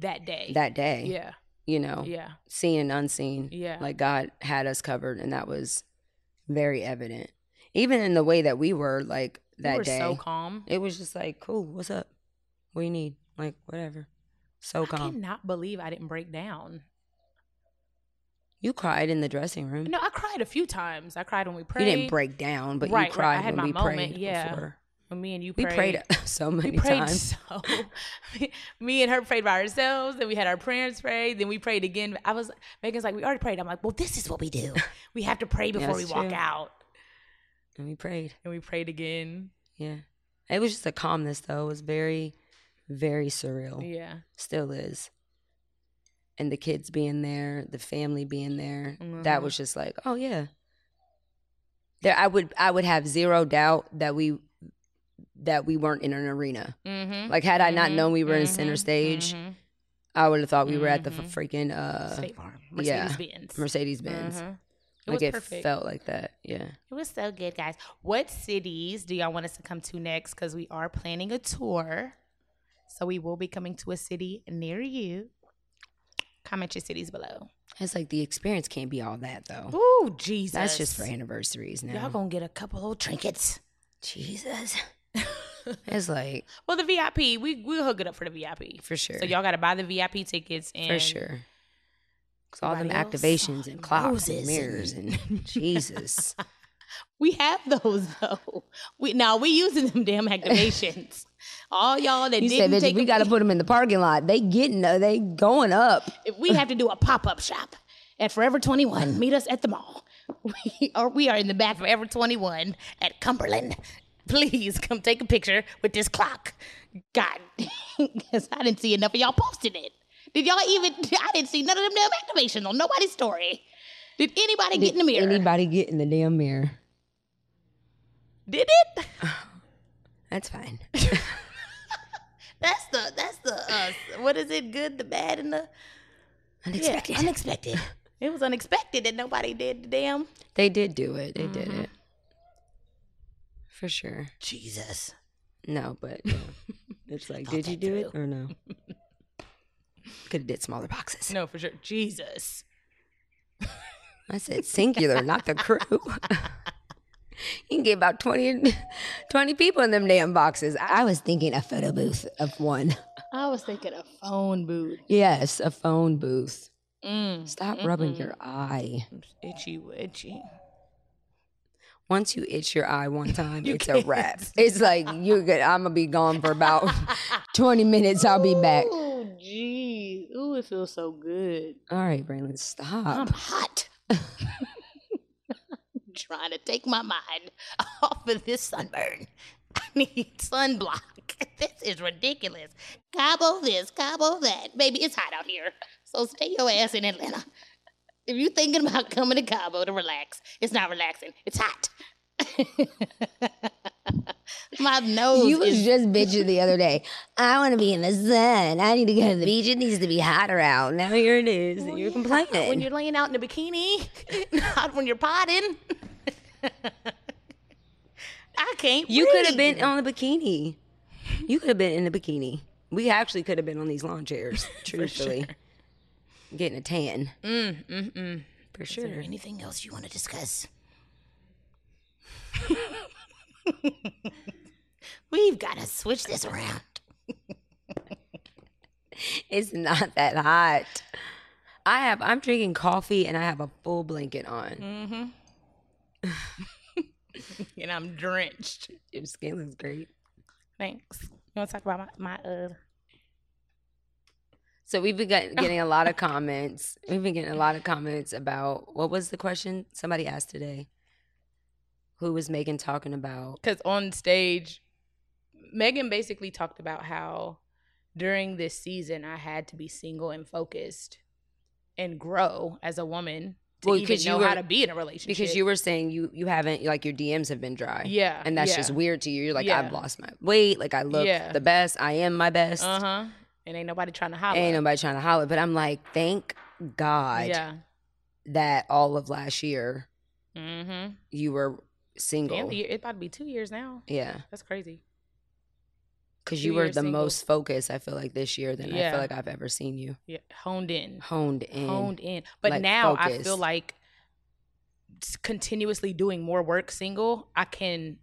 [SPEAKER 1] that day.
[SPEAKER 2] that day.
[SPEAKER 1] Yeah.
[SPEAKER 2] You know,
[SPEAKER 1] Yeah.
[SPEAKER 2] seen and unseen.
[SPEAKER 1] Yeah.
[SPEAKER 2] Like God had us covered, and that was very evident. Even in the way that we were, like that
[SPEAKER 1] we were
[SPEAKER 2] day,
[SPEAKER 1] so calm.
[SPEAKER 2] it was just like, cool, what's up? What do you need? Like, whatever. So
[SPEAKER 1] I
[SPEAKER 2] calm.
[SPEAKER 1] cannot believe I didn't break down.
[SPEAKER 2] You cried in the dressing room.
[SPEAKER 1] No, I cried a few times. I cried when we
[SPEAKER 2] you
[SPEAKER 1] prayed.
[SPEAKER 2] didn't break down, but
[SPEAKER 1] Right,
[SPEAKER 2] you
[SPEAKER 1] right.
[SPEAKER 2] cried
[SPEAKER 1] I had
[SPEAKER 2] when
[SPEAKER 1] my
[SPEAKER 2] we
[SPEAKER 1] moment,
[SPEAKER 2] prayed
[SPEAKER 1] yeah.
[SPEAKER 2] before.
[SPEAKER 1] When me and you
[SPEAKER 2] We
[SPEAKER 1] prayed.
[SPEAKER 2] prayed so many
[SPEAKER 1] we prayed
[SPEAKER 2] times.
[SPEAKER 1] so me and her prayed by ourselves then we had our parents pray then we prayed again i was megan's like we already prayed i'm like well this is what we do we have to pray before we
[SPEAKER 2] That's
[SPEAKER 1] walk
[SPEAKER 2] true.
[SPEAKER 1] out
[SPEAKER 2] And we prayed.
[SPEAKER 1] and we prayed again
[SPEAKER 2] Yeah. It was just a calmness, though. It was very, very surreal.
[SPEAKER 1] yeah
[SPEAKER 2] still is. And the kids being there, the family being there, that
[SPEAKER 1] Mhm.
[SPEAKER 2] was just like, oh yeah. There, I would, I would have zero doubt that we, that we weren't in an arena.
[SPEAKER 1] mm-hmm.
[SPEAKER 2] Like had I not known we were in center stage, I would have thought we were at the f-
[SPEAKER 1] Mhm.
[SPEAKER 2] freaking uh,
[SPEAKER 1] state farm
[SPEAKER 2] yeah.
[SPEAKER 1] mercedes benz Mm-hmm.
[SPEAKER 2] Mercedes Benz.
[SPEAKER 1] it
[SPEAKER 2] Like
[SPEAKER 1] was
[SPEAKER 2] it
[SPEAKER 1] perfect
[SPEAKER 2] felt like that. Yeah.
[SPEAKER 1] it was so good guys what cities do y'all want us to come to next because we are planning a tour so we will be coming to a city near you comment your cities below
[SPEAKER 2] It's like the experience can't be all that though.
[SPEAKER 1] Ooh, Jesus.
[SPEAKER 2] That's just for anniversaries now.
[SPEAKER 1] Y'all gonna get a couple little trinkets.
[SPEAKER 2] Jesus. it's like
[SPEAKER 1] Well, the VIP, we we'll hook it up for the VIP.
[SPEAKER 2] for sure.
[SPEAKER 1] So y'all gotta buy the VIP tickets and
[SPEAKER 2] For sure. 'Cause all them
[SPEAKER 1] Everybody else,
[SPEAKER 2] activations and clocks
[SPEAKER 1] roses
[SPEAKER 2] and mirrors and Jesus.
[SPEAKER 1] we have those though. We now we using them damn activations. All y'all that
[SPEAKER 2] You said,
[SPEAKER 1] didn't
[SPEAKER 2] bitch,
[SPEAKER 1] take
[SPEAKER 2] we
[SPEAKER 1] a-
[SPEAKER 2] got to put them in the parking lot. They getting, uh, they going up.
[SPEAKER 1] we have to do a pop up shop at Forever Twenty One. Meet us at the mall. We are we are in the back of Forever Twenty One at Cumberland. please come take a picture with this clock. God.
[SPEAKER 7] Because I didn't see enough of y'all posting it. Did y'all even? I didn't see none of them damn activations on nobody's story. Did anybody get in the mirror?
[SPEAKER 2] Anybody get in the damn mirror?
[SPEAKER 1] Did it?
[SPEAKER 2] That's fine.
[SPEAKER 7] That's the that's the uh, what is it? Good, the bad, and the
[SPEAKER 2] Unexpected.
[SPEAKER 7] Yeah, unexpected. it was unexpected that nobody did the damn
[SPEAKER 2] They did do it. They did
[SPEAKER 1] Mm-hmm.
[SPEAKER 2] it. For sure.
[SPEAKER 7] Jesus.
[SPEAKER 2] No, but yeah. it's like, did you do it or no? Could have did smaller boxes.
[SPEAKER 1] No, for sure. Jesus.
[SPEAKER 2] I said singular, not the crew. you can get about 20, 20 people in them damn boxes. I was thinking a photo booth of one.
[SPEAKER 7] I was thinking a phone booth.
[SPEAKER 2] Yes, a phone booth.
[SPEAKER 1] Mm.
[SPEAKER 2] Stop rubbing your eye.
[SPEAKER 1] Itchy, itchy.
[SPEAKER 2] Once you itch your eye one time, it's a wrap. It's like you good. I'm gonna be gone for about twenty minutes. I'll be back.
[SPEAKER 7] Oh jeez. Ooh, it feels so good.
[SPEAKER 2] All right, Braylon, stop.
[SPEAKER 7] I'm hot. Trying to take my mind off of this sunburn. I need sunblock. This is ridiculous. Cabo this, Cabo that. Baby, it's hot out here. So stay your ass in Atlanta. If you're thinking about coming to Cabo to relax, it's not relaxing. It's hot. my nose
[SPEAKER 2] You was
[SPEAKER 7] is
[SPEAKER 2] just bitching the other day. I want to be in the sun. I need to go to the beach. It needs to be hotter out. Now here it is. and you're complaining.
[SPEAKER 1] When you're laying out in a bikini, not when you're potting. I can't.
[SPEAKER 2] you could have been on the bikini. You could have been in the bikini. We actually could have been on these lawn chairs, truthfully. Getting a tan. Mm, mm, mm. For sure.
[SPEAKER 7] anything else you want to discuss? We've got to switch this around.
[SPEAKER 2] It's not that hot. I have. I'm drinking coffee and I have a full blanket on.
[SPEAKER 1] and I'm drenched.
[SPEAKER 2] Your skin looks great.
[SPEAKER 1] Thanks. You want to talk about my, my uh?
[SPEAKER 2] So we've been get- getting a lot of comments. We've been getting a lot of comments about what was the question somebody asked today? Who was Megan talking about?
[SPEAKER 1] Because on stage, Megan basically talked about how during this season I had to be single and focused and grow as a woman to
[SPEAKER 2] Well,
[SPEAKER 1] even
[SPEAKER 2] 'cause you
[SPEAKER 1] know
[SPEAKER 2] were-
[SPEAKER 1] how to be in a relationship.
[SPEAKER 2] Because you were saying you you haven't like your DMs have been dry.
[SPEAKER 1] yeah,
[SPEAKER 2] And that's just weird to you. You're like,
[SPEAKER 1] Yeah.
[SPEAKER 2] I've lost my weight. Like I look
[SPEAKER 1] Yeah.
[SPEAKER 2] the best. I am my best.
[SPEAKER 1] Uh huh. And ain't nobody trying to holler.
[SPEAKER 2] Ain't nobody trying to holler. But I'm like, thank God
[SPEAKER 1] Yeah.
[SPEAKER 2] that all of last year
[SPEAKER 1] Mm-hmm.
[SPEAKER 2] you were single.
[SPEAKER 1] Damn, the year- it's about to be two years now.
[SPEAKER 2] Yeah,
[SPEAKER 1] That's crazy.
[SPEAKER 2] because
[SPEAKER 1] Two
[SPEAKER 2] you were
[SPEAKER 1] years
[SPEAKER 2] the
[SPEAKER 1] single.
[SPEAKER 2] most focused. I feel like this year than I
[SPEAKER 1] Yeah.
[SPEAKER 2] feel like I've ever seen you
[SPEAKER 1] Yeah, honed in,
[SPEAKER 2] honed in.
[SPEAKER 1] honed in. But
[SPEAKER 2] like,
[SPEAKER 1] now I feel
[SPEAKER 2] focused.
[SPEAKER 1] like s- continuously doing more work single, I can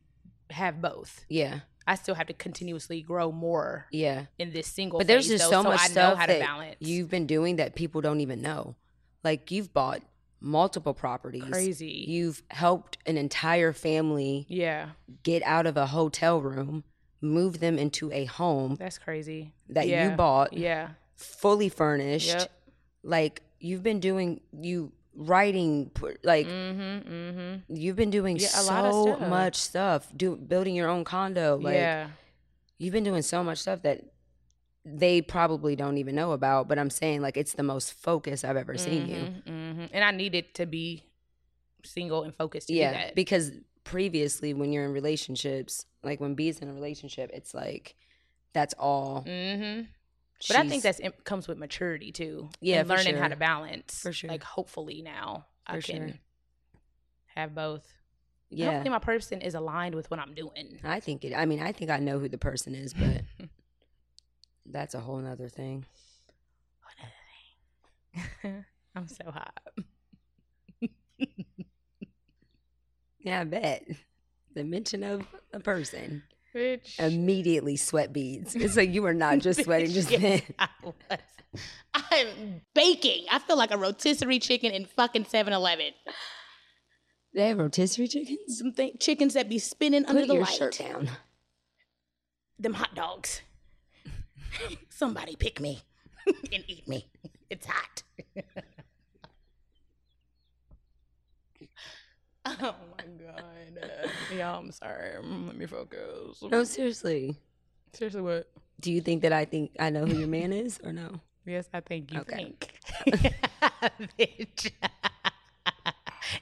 [SPEAKER 1] have both.
[SPEAKER 2] Yeah,
[SPEAKER 1] I still have to continuously grow more
[SPEAKER 2] yeah.
[SPEAKER 1] in this single.
[SPEAKER 2] But there's
[SPEAKER 1] phase,
[SPEAKER 2] just
[SPEAKER 1] though,
[SPEAKER 2] so much
[SPEAKER 1] I
[SPEAKER 2] stuff
[SPEAKER 1] know how to
[SPEAKER 2] that
[SPEAKER 1] balance.
[SPEAKER 2] you've been doing that people don't even know. Like you've bought multiple properties.
[SPEAKER 1] crazy.
[SPEAKER 2] You've helped an entire family
[SPEAKER 1] yeah,
[SPEAKER 2] get out of a hotel room, move them into a home
[SPEAKER 1] that's crazy.
[SPEAKER 2] that
[SPEAKER 1] Yeah.
[SPEAKER 2] you bought,
[SPEAKER 1] Yeah,
[SPEAKER 2] fully furnished.
[SPEAKER 1] yep.
[SPEAKER 2] Like you've been doing you writing pr- like
[SPEAKER 1] Mm-hmm. Mm-hmm.
[SPEAKER 2] you've been doing
[SPEAKER 1] Yeah, a
[SPEAKER 2] so
[SPEAKER 1] lot of stuff.
[SPEAKER 2] much stuff do building your own condo like
[SPEAKER 1] yeah,
[SPEAKER 2] you've been doing so much stuff that they probably don't even know about but i'm saying like it's the most focus i've ever seen you
[SPEAKER 1] hmm And I needed to be single and focused to
[SPEAKER 2] yeah
[SPEAKER 1] do that.
[SPEAKER 2] because previously when you're in relationships like when b's in a relationship it's like that's all
[SPEAKER 1] mm-hmm. But I
[SPEAKER 2] she's-
[SPEAKER 1] think that's it comes with maturity too.
[SPEAKER 2] Yeah,
[SPEAKER 1] and
[SPEAKER 2] for
[SPEAKER 1] learning how
[SPEAKER 2] sure.
[SPEAKER 1] to balance.
[SPEAKER 2] For sure.
[SPEAKER 1] Like hopefully now I
[SPEAKER 2] For
[SPEAKER 1] can
[SPEAKER 2] sure.
[SPEAKER 1] have both. Yeah. I don't
[SPEAKER 2] yeah
[SPEAKER 1] think my person is aligned with what I'm doing.
[SPEAKER 2] I think it. I mean, I think I know who the person is, but that's a whole nother thing.
[SPEAKER 1] I'm so hot.
[SPEAKER 2] Yeah, I bet. The mention of a person
[SPEAKER 1] Bitch.
[SPEAKER 2] immediately sweat beads. It's like you were not just sweating just then.
[SPEAKER 1] I was.
[SPEAKER 7] I'm baking. I feel like a rotisserie chicken in fucking 7 Eleven.
[SPEAKER 2] They have rotisserie chickens.
[SPEAKER 7] Some th- chickens that be spinning under
[SPEAKER 2] Put
[SPEAKER 7] the
[SPEAKER 2] your
[SPEAKER 7] light.
[SPEAKER 2] shirt down.
[SPEAKER 7] Them hot dogs. Somebody pick me and eat me. It's hot.
[SPEAKER 1] Oh my god. yeah, I'm sorry.
[SPEAKER 7] Mm,
[SPEAKER 1] Let me focus.
[SPEAKER 2] No, seriously.
[SPEAKER 1] Seriously, what?
[SPEAKER 2] Do you think that I think I know who your man is or no?
[SPEAKER 1] Yes, I think you
[SPEAKER 2] Okay.
[SPEAKER 1] think. Bitch.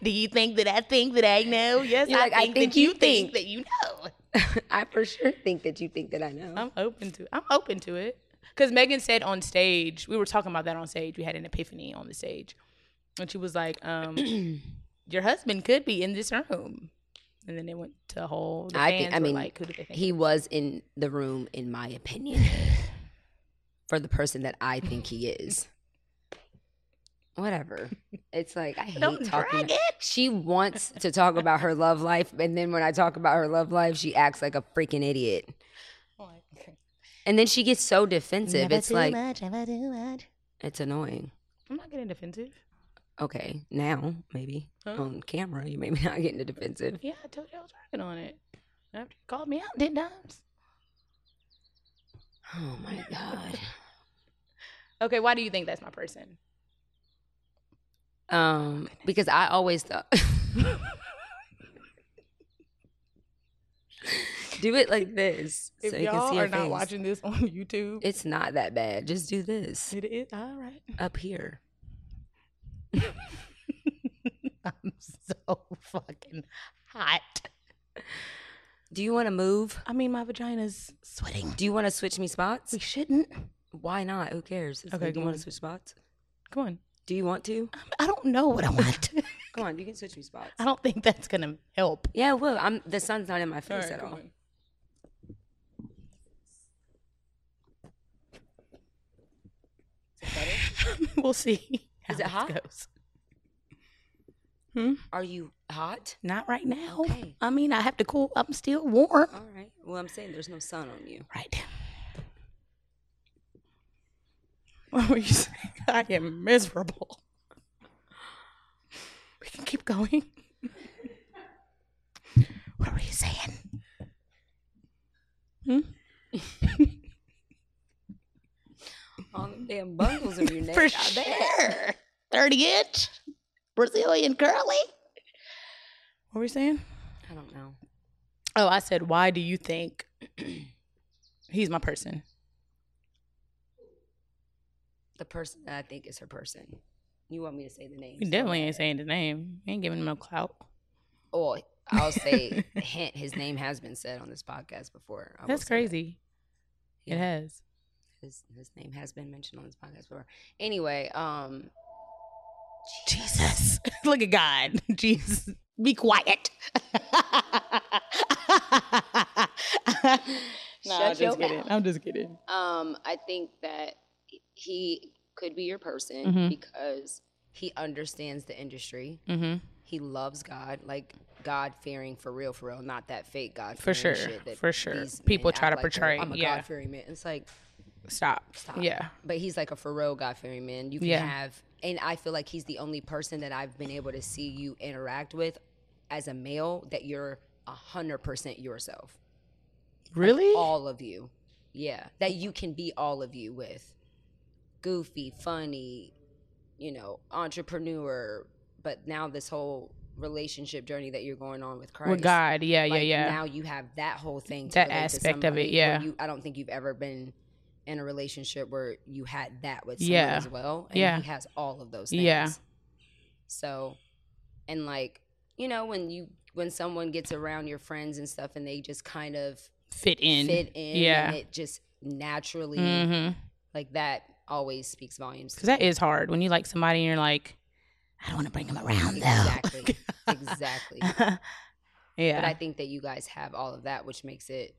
[SPEAKER 1] Do you think that I think that I know? Yes,
[SPEAKER 2] You're
[SPEAKER 1] I,
[SPEAKER 2] like,
[SPEAKER 1] think
[SPEAKER 2] I think
[SPEAKER 1] that you
[SPEAKER 2] you
[SPEAKER 1] think
[SPEAKER 2] think.
[SPEAKER 1] that you know.
[SPEAKER 2] I for sure think that you think that I know.
[SPEAKER 1] I'm open to. I'm open to it. Cause Megan said on stage, we were talking about that on stage. We had an epiphany on the stage, and she was like, um, "Your husband could be in this room," and then it went to a whole. The
[SPEAKER 2] I
[SPEAKER 1] fans
[SPEAKER 2] think- I
[SPEAKER 1] were
[SPEAKER 2] mean,
[SPEAKER 1] like, who do they think?
[SPEAKER 2] he was in the room, in my opinion, for the person that I think he is. Whatever. It's like I hate
[SPEAKER 1] Don't
[SPEAKER 2] talking.
[SPEAKER 1] drag it.
[SPEAKER 2] She wants to talk about her love life, and then when I talk about her love life, she acts like a freaking idiot.
[SPEAKER 1] I'm like, okay.
[SPEAKER 2] And then she gets so defensive.
[SPEAKER 8] Never
[SPEAKER 2] it's
[SPEAKER 8] too
[SPEAKER 2] like
[SPEAKER 8] much, never too much.
[SPEAKER 2] it's annoying.
[SPEAKER 1] I'm not getting defensive.
[SPEAKER 2] Okay, now maybe
[SPEAKER 1] Huh?
[SPEAKER 2] on camera you maybe not getting defensive.
[SPEAKER 1] Yeah, I told you I was working on it. After you called me out ten times.
[SPEAKER 2] Oh my god.
[SPEAKER 1] Okay, why do you think that's my person?
[SPEAKER 2] Um, because I always thought. do it like this,
[SPEAKER 1] If
[SPEAKER 2] so you can
[SPEAKER 1] y'all
[SPEAKER 2] see
[SPEAKER 1] are
[SPEAKER 2] her
[SPEAKER 1] not
[SPEAKER 2] face.
[SPEAKER 1] watching this on YouTube,
[SPEAKER 2] It's not that bad. Just do this
[SPEAKER 1] it is all right.
[SPEAKER 2] up here.
[SPEAKER 1] I'm so fucking hot.
[SPEAKER 2] Do you want to move?
[SPEAKER 1] I mean, my vagina's sweating.
[SPEAKER 2] Do you want to switch me spots?
[SPEAKER 1] We shouldn't.
[SPEAKER 2] Why not? Who cares? It's
[SPEAKER 1] Okay,
[SPEAKER 2] like,
[SPEAKER 1] go
[SPEAKER 2] do you want
[SPEAKER 1] on.
[SPEAKER 2] to switch spots?
[SPEAKER 1] Come on.
[SPEAKER 2] Do you want to?
[SPEAKER 1] I don't know what I want.
[SPEAKER 2] Come on, you can switch me spots.
[SPEAKER 1] I don't think that's gonna help.
[SPEAKER 2] Yeah, well, I'm the sun's not in my face at all.
[SPEAKER 1] we'll see.
[SPEAKER 2] Is it hot?
[SPEAKER 1] goes.
[SPEAKER 2] Are you hot?
[SPEAKER 1] Not right now.
[SPEAKER 2] Okay.
[SPEAKER 1] I mean, I have to cool. I'm still warm.
[SPEAKER 2] All right. Well, I'm saying there's no sun on you.
[SPEAKER 1] Right. What were you saying? I am miserable. We can keep going. What were you saying?
[SPEAKER 2] All the damn bundles of your neck.
[SPEAKER 1] For
[SPEAKER 2] I bet.
[SPEAKER 1] sure.
[SPEAKER 8] 30 inch Brazilian curly.
[SPEAKER 1] What were you saying?
[SPEAKER 2] I don't know.
[SPEAKER 1] Oh, I said, why do you think he's my person?
[SPEAKER 2] The person that I think is her person. You want me to say the name?
[SPEAKER 1] You
[SPEAKER 2] so-
[SPEAKER 1] definitely ain't saying his name. You ain't giving him no clout.
[SPEAKER 2] Oh, I'll say hint. His name has been said on this podcast before. I will
[SPEAKER 1] That's
[SPEAKER 2] say that.
[SPEAKER 1] crazy. It
[SPEAKER 2] Yeah.
[SPEAKER 1] has.
[SPEAKER 2] His, his name has been mentioned on this podcast before. Anyway, um,
[SPEAKER 1] Jesus. Look at God. Jesus.
[SPEAKER 8] Be quiet.
[SPEAKER 1] No,
[SPEAKER 2] Shut
[SPEAKER 1] I'm just
[SPEAKER 2] your
[SPEAKER 1] kidding.
[SPEAKER 2] mouth.
[SPEAKER 1] I'm just kidding.
[SPEAKER 2] um, I think that he could be your person
[SPEAKER 1] Mhm.
[SPEAKER 2] because he understands the industry.
[SPEAKER 1] Mm-hmm.
[SPEAKER 2] He loves God, like God fearing for real, for real, not that fake God
[SPEAKER 1] For
[SPEAKER 2] fearing
[SPEAKER 1] sure,
[SPEAKER 2] shit that
[SPEAKER 1] for sure.
[SPEAKER 2] these
[SPEAKER 1] People
[SPEAKER 2] men
[SPEAKER 1] try
[SPEAKER 2] act
[SPEAKER 1] to
[SPEAKER 2] like they're,
[SPEAKER 1] portray,
[SPEAKER 2] I'm a
[SPEAKER 1] yeah.
[SPEAKER 2] God fearing man. It's like
[SPEAKER 1] Stop.
[SPEAKER 2] Stop.
[SPEAKER 1] Yeah.
[SPEAKER 2] but he's like a for real God fearing man. You can
[SPEAKER 1] Yeah.
[SPEAKER 2] have, and I feel like he's the only person that I've been able to see you interact with as a male that you're hundred percent yourself.
[SPEAKER 1] Really?
[SPEAKER 2] All of you, yeah, that you can be all of you with, goofy, funny, you know, entrepreneur. But now this whole relationship journey that you're going on with Christ,
[SPEAKER 1] With God. Yeah,
[SPEAKER 2] like,
[SPEAKER 1] yeah, yeah.
[SPEAKER 2] Now you have that whole thing. To
[SPEAKER 1] That
[SPEAKER 2] relate to
[SPEAKER 1] aspect of
[SPEAKER 2] somebody
[SPEAKER 1] it,
[SPEAKER 2] where
[SPEAKER 1] yeah.
[SPEAKER 2] You, I don't think you've ever been in a relationship where you had that with someone
[SPEAKER 1] Yeah.
[SPEAKER 2] as well. And
[SPEAKER 1] Yeah.
[SPEAKER 2] He has all of those things.
[SPEAKER 1] Yeah.
[SPEAKER 2] So, and like you know when you when someone gets around your friends and stuff and they just kind of
[SPEAKER 1] fit in.
[SPEAKER 2] fit in,
[SPEAKER 1] Yeah.
[SPEAKER 2] and it just naturally
[SPEAKER 1] Mm-hmm.
[SPEAKER 2] like that always speaks volumes.
[SPEAKER 1] Because that is hard when you like somebody and you're like, I don't want to bring him around though.
[SPEAKER 2] Exactly. exactly.
[SPEAKER 1] yeah.
[SPEAKER 2] But I think that you guys have all of that, which makes it.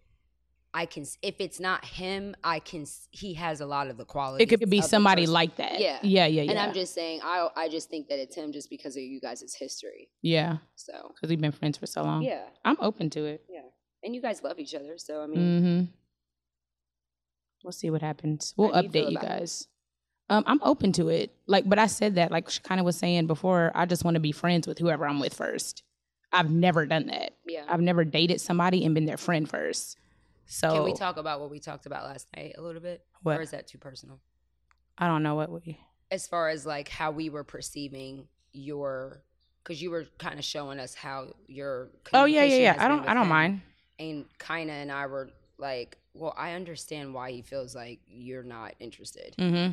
[SPEAKER 2] I can s- if it's not him, I can. s- He has a lot of the qualities.
[SPEAKER 1] it could be
[SPEAKER 2] of the
[SPEAKER 1] somebody
[SPEAKER 2] person.
[SPEAKER 1] like that.
[SPEAKER 2] Yeah.
[SPEAKER 1] Yeah. Yeah. Yeah.
[SPEAKER 2] And I'm just saying, I I just think that it's him just because of you guys' history.
[SPEAKER 1] yeah.
[SPEAKER 2] So
[SPEAKER 1] Because we've been friends for so long.
[SPEAKER 2] yeah,
[SPEAKER 1] I'm open to it.
[SPEAKER 2] and you guys love each other. So I mean,
[SPEAKER 1] Mm-hmm. We'll see what happens. We'll
[SPEAKER 2] How do you feel
[SPEAKER 1] update you
[SPEAKER 2] about it?
[SPEAKER 1] guys. Um, I'm open to it. Like, but I said that, like she kind of was saying before, I just want to be friends with whoever I'm with first. I've never done that.
[SPEAKER 2] yeah.
[SPEAKER 1] I've never dated somebody and been their friend first. So
[SPEAKER 2] can we talk about what we talked about last night a little bit,
[SPEAKER 1] What?
[SPEAKER 2] or is that too personal?
[SPEAKER 1] I don't know what we.
[SPEAKER 2] As far as like how we were perceiving your because you were kind of showing us how your
[SPEAKER 1] Oh yeah, yeah,
[SPEAKER 2] communication
[SPEAKER 1] yeah.
[SPEAKER 2] has
[SPEAKER 1] I
[SPEAKER 2] been
[SPEAKER 1] don't,
[SPEAKER 2] with
[SPEAKER 1] I don't
[SPEAKER 2] him.
[SPEAKER 1] mind.
[SPEAKER 2] And Kina and I were like, well, I understand why he feels like you're not interested
[SPEAKER 1] Mm-hmm.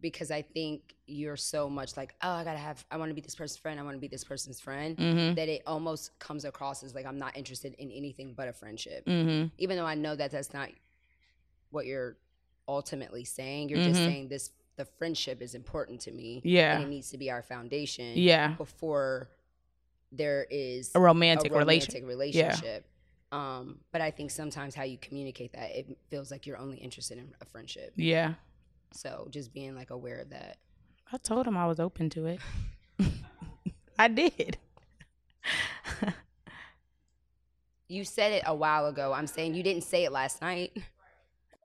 [SPEAKER 2] because I think you're so much like, oh, I gotta have, I want to be this person's friend, I want to be this person's friend,
[SPEAKER 1] Mm-hmm.
[SPEAKER 2] that it almost comes across as like I'm not interested in anything but a friendship,
[SPEAKER 1] Mm-hmm.
[SPEAKER 2] even though I know that that's not what you're ultimately saying. You're just
[SPEAKER 1] Mhm.
[SPEAKER 2] saying this, the friendship is important to me, and
[SPEAKER 1] Yeah.
[SPEAKER 2] it needs to be our foundation,
[SPEAKER 1] Yeah.
[SPEAKER 2] before there is
[SPEAKER 1] A romantic,
[SPEAKER 2] a
[SPEAKER 1] relation.
[SPEAKER 2] romantic relationship. Um, but I think sometimes how you communicate that it feels like you're only interested in a friendship.
[SPEAKER 1] Yeah.
[SPEAKER 2] So just being like aware of that.
[SPEAKER 1] I told him I was open to it. I did.
[SPEAKER 2] You said it a while ago. I'm saying you didn't say it last night.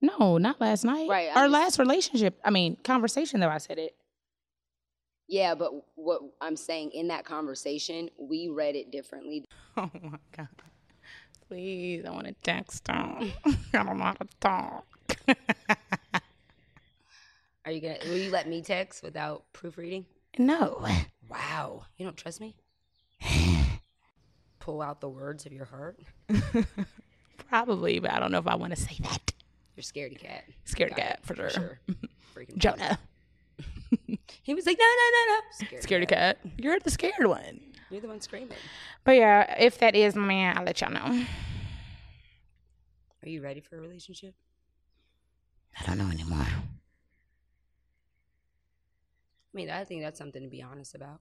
[SPEAKER 1] No, not last night.
[SPEAKER 2] Right, I'm
[SPEAKER 1] Our
[SPEAKER 2] just-
[SPEAKER 1] last relationship. I mean, conversation though. I said it.
[SPEAKER 2] Yeah, but what I'm saying in that conversation, we read it differently.
[SPEAKER 1] Oh my god. Please, I want to text him. I don't know how to talk.
[SPEAKER 2] Are you gonna? Will you let me text without proofreading?
[SPEAKER 1] No.
[SPEAKER 2] Wow, you don't trust me? Pull out the words of your heart.
[SPEAKER 1] Probably, but I don't know if I want to say that.
[SPEAKER 2] You're scaredy cat.
[SPEAKER 1] Scared
[SPEAKER 2] Got
[SPEAKER 1] cat
[SPEAKER 2] it,
[SPEAKER 1] for sure.
[SPEAKER 2] Freaking
[SPEAKER 1] Jonah.
[SPEAKER 2] He was like, no, no, no, no.
[SPEAKER 1] Scaredy cat. You're the scared one.
[SPEAKER 2] You're the one screaming.
[SPEAKER 1] But yeah, if that is my man, I'll let y'all know.
[SPEAKER 2] Are you ready for a relationship?
[SPEAKER 1] I don't know anymore.
[SPEAKER 2] I mean, I think that's something to be honest about.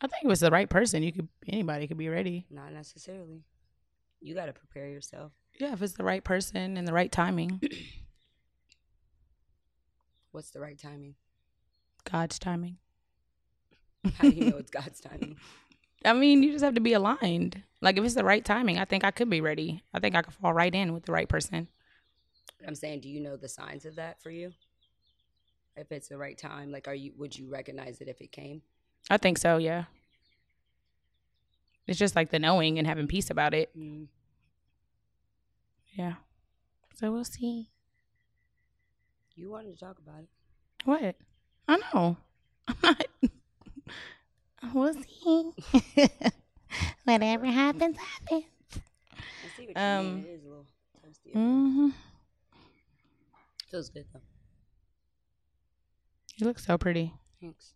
[SPEAKER 1] I think if it's the right person, you could anybody could be ready.
[SPEAKER 2] Not necessarily. You got to prepare yourself.
[SPEAKER 1] Yeah, if it's the right person and the right timing,
[SPEAKER 2] What's the right timing?
[SPEAKER 1] God's timing.
[SPEAKER 2] How do you know it's God's timing?
[SPEAKER 1] I mean, you just have to be aligned. Like if it's the right timing, I think I could be ready. I think I could fall right in with the right person.
[SPEAKER 2] I'm saying, do you know the signs of that for you? If it's the right time, like, are you? Would you recognize it if it came?
[SPEAKER 1] I think so, yeah. It's just like the knowing and having peace about it.
[SPEAKER 2] Mm.
[SPEAKER 1] Yeah. So we'll see.
[SPEAKER 2] You wanted to talk about it.
[SPEAKER 1] What? I know. I'm not. we'll see. Whatever happens, happens.
[SPEAKER 2] I see what you
[SPEAKER 1] Um,
[SPEAKER 2] mean. It is a little toasty.
[SPEAKER 1] hmm
[SPEAKER 2] Feels good though.
[SPEAKER 1] You look so pretty.
[SPEAKER 2] Thanks.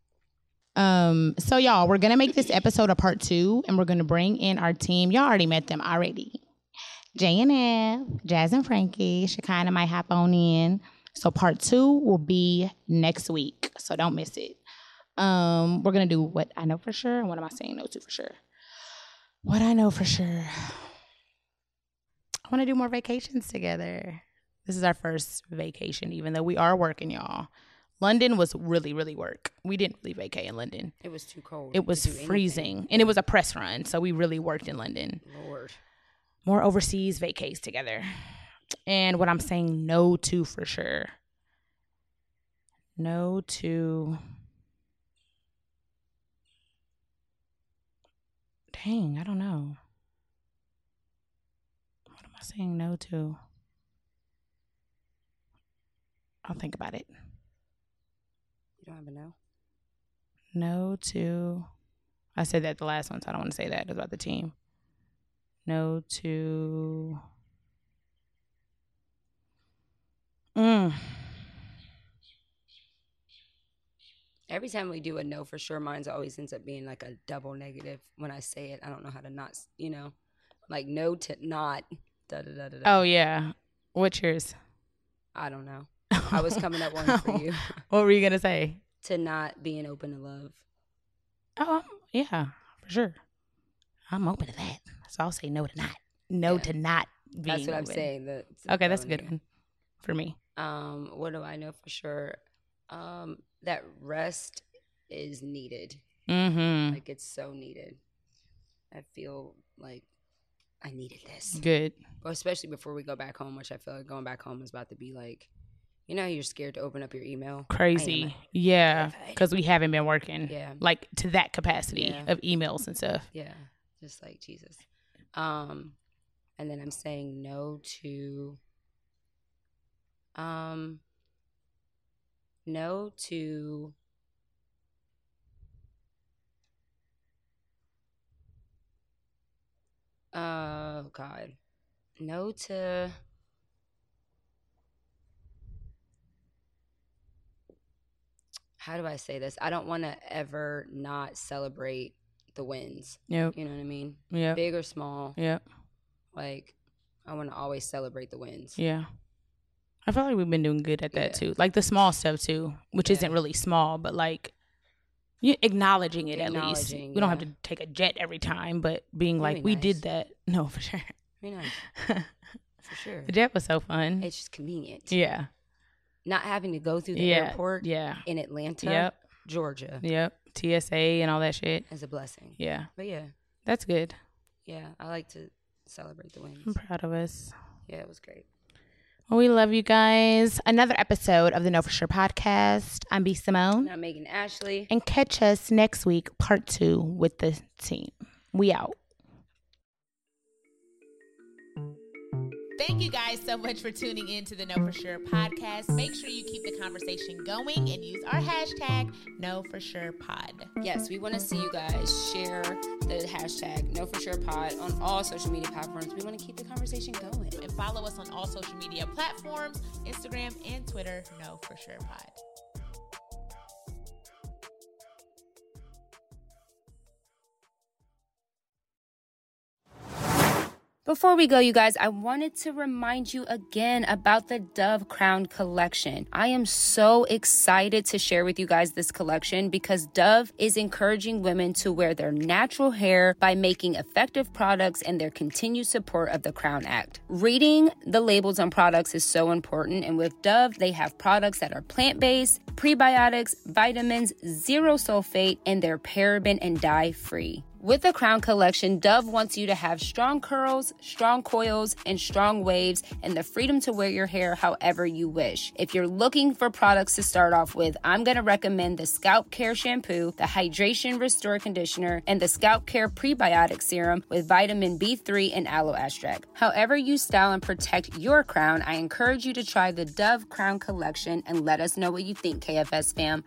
[SPEAKER 1] Um, so y'all, we're gonna make this episode a part two, and we're gonna bring in our team. Y'all already met them already. J and F, Jazz and Frankie, Shekinah might hop on in. So part two will be next week. So don't miss it. Um, we're gonna do what I know for sure and what am I saying no to for sure. What I know for sure. I wanna do more vacations together. This is our first vacation, even though we are working, y'all. London was really, really work. We didn't really vacay in London.
[SPEAKER 2] It was too cold.
[SPEAKER 1] It was
[SPEAKER 2] to do anything.
[SPEAKER 1] freezing and it was a press run. So we really worked in London.
[SPEAKER 2] Lord,
[SPEAKER 1] More overseas vacays together. And what I'm saying no to for sure. No to. Dang, I don't know. What am I saying no to? I'll think about it.
[SPEAKER 2] you don't even know.
[SPEAKER 1] No to. I said that the last one, so I don't want to say that. It was about the team. No to. Mm.
[SPEAKER 2] Every time we do a no for sure, mine's always ends up being like a double negative. When I say it, I don't know how to not, s- you know, like no to not. Da, da, da, da, da.
[SPEAKER 1] Oh yeah. What's yours?
[SPEAKER 2] I don't know. I was coming up one for you
[SPEAKER 1] What were you gonna say?
[SPEAKER 2] to not being open to love.
[SPEAKER 1] Oh I'm- yeah, for sure. I'm open to that, so I'll say no to not. No
[SPEAKER 2] Yeah.
[SPEAKER 1] to not. Being
[SPEAKER 2] That's what I'm
[SPEAKER 1] open.
[SPEAKER 2] saying. The,
[SPEAKER 1] Okay, that's a good one for me.
[SPEAKER 2] Um, what do I know for sure? Um, that rest is needed.
[SPEAKER 1] Mm-hmm.
[SPEAKER 2] Like it's so needed. I feel like I needed this.
[SPEAKER 1] Good.
[SPEAKER 2] Well, especially before we go back home, which I feel like going back home is about to be like, you know, how you're scared to open up your email. I am.
[SPEAKER 1] Crazy. Yeah,
[SPEAKER 2] terrified.
[SPEAKER 1] because we haven't been working.
[SPEAKER 2] Yeah.
[SPEAKER 1] like to that capacity
[SPEAKER 2] Yeah.
[SPEAKER 1] of emails and stuff.
[SPEAKER 2] Yeah. Just like Jesus. Um, and then I'm saying no to, um, no to uh, God. No to. How do I say this? I don't want to ever not celebrate the wins.
[SPEAKER 1] Yep.
[SPEAKER 2] You know what I mean?
[SPEAKER 1] Yep.
[SPEAKER 2] Big or small.
[SPEAKER 1] Yep.
[SPEAKER 2] Like, I want to always celebrate the wins.
[SPEAKER 1] Yeah. I feel like we've been doing good at that
[SPEAKER 2] Yeah.
[SPEAKER 1] too. Like the small stuff too, which
[SPEAKER 2] Yeah.
[SPEAKER 1] isn't really small, but like you acknowledging it at least. We
[SPEAKER 2] Acknowledging,
[SPEAKER 1] don't have
[SPEAKER 2] yeah.
[SPEAKER 1] to take a jet every time, but being like,
[SPEAKER 2] be
[SPEAKER 1] we
[SPEAKER 2] nice.
[SPEAKER 1] did that. No, for sure.
[SPEAKER 2] You know, for sure.
[SPEAKER 1] the jet was so fun.
[SPEAKER 2] It's just convenient.
[SPEAKER 1] yeah.
[SPEAKER 2] Not having to go through the
[SPEAKER 1] yeah.
[SPEAKER 2] airport
[SPEAKER 1] Yeah.
[SPEAKER 2] in Atlanta,
[SPEAKER 1] Yep.
[SPEAKER 2] Georgia,
[SPEAKER 1] Yep. TSA and all that shit.
[SPEAKER 2] is a blessing.
[SPEAKER 1] Yeah.
[SPEAKER 2] But yeah,
[SPEAKER 1] That's good.
[SPEAKER 2] yeah, I like to celebrate the
[SPEAKER 1] I'm
[SPEAKER 2] wins.
[SPEAKER 1] proud of us.
[SPEAKER 2] Yeah, it was great.
[SPEAKER 1] Well, we love you guys. Another episode of the Know For Sure podcast. I'm B. Simone.
[SPEAKER 2] Now Megan Ashley.
[SPEAKER 1] And catch us next week, part two, with the team. We out.
[SPEAKER 9] Thank you guys so much for tuning in to the Know For Sure podcast. Make sure you keep the conversation going and use our hashtag Know For Sure Pod.
[SPEAKER 2] Yes, we want to see you guys share the hashtag No For Sure Pod on all social media platforms. We want to keep the conversation going.
[SPEAKER 9] And follow us on all social media platforms Instagram and Twitter, Know For Sure Pod.
[SPEAKER 2] Before we go, you guys, I wanted to remind you again about the Dove Crown collection. I am so excited to share with you guys this collection because Dove is encouraging women to wear their natural hair by making effective products and their continued support of the Crown Act. Reading the labels on products is so important, and with Dove, they have products that are plant based, prebiotics, vitamins, zero sulfate, and they're paraben and dye free. With the Crown Collection, Dove wants you to have strong curls, strong coils, and strong waves, and the freedom to wear your hair however you wish. If you're looking for products to start off with, I'm going to recommend the Scalp Care Shampoo, the Hydration Restore Conditioner, and the Scalp Care Prebiotic Serum with vitamin B3 and aloe extract. However, you style and protect your crown, I encourage you to try the Dove Crown Collection and let us know what you think, KFS fam.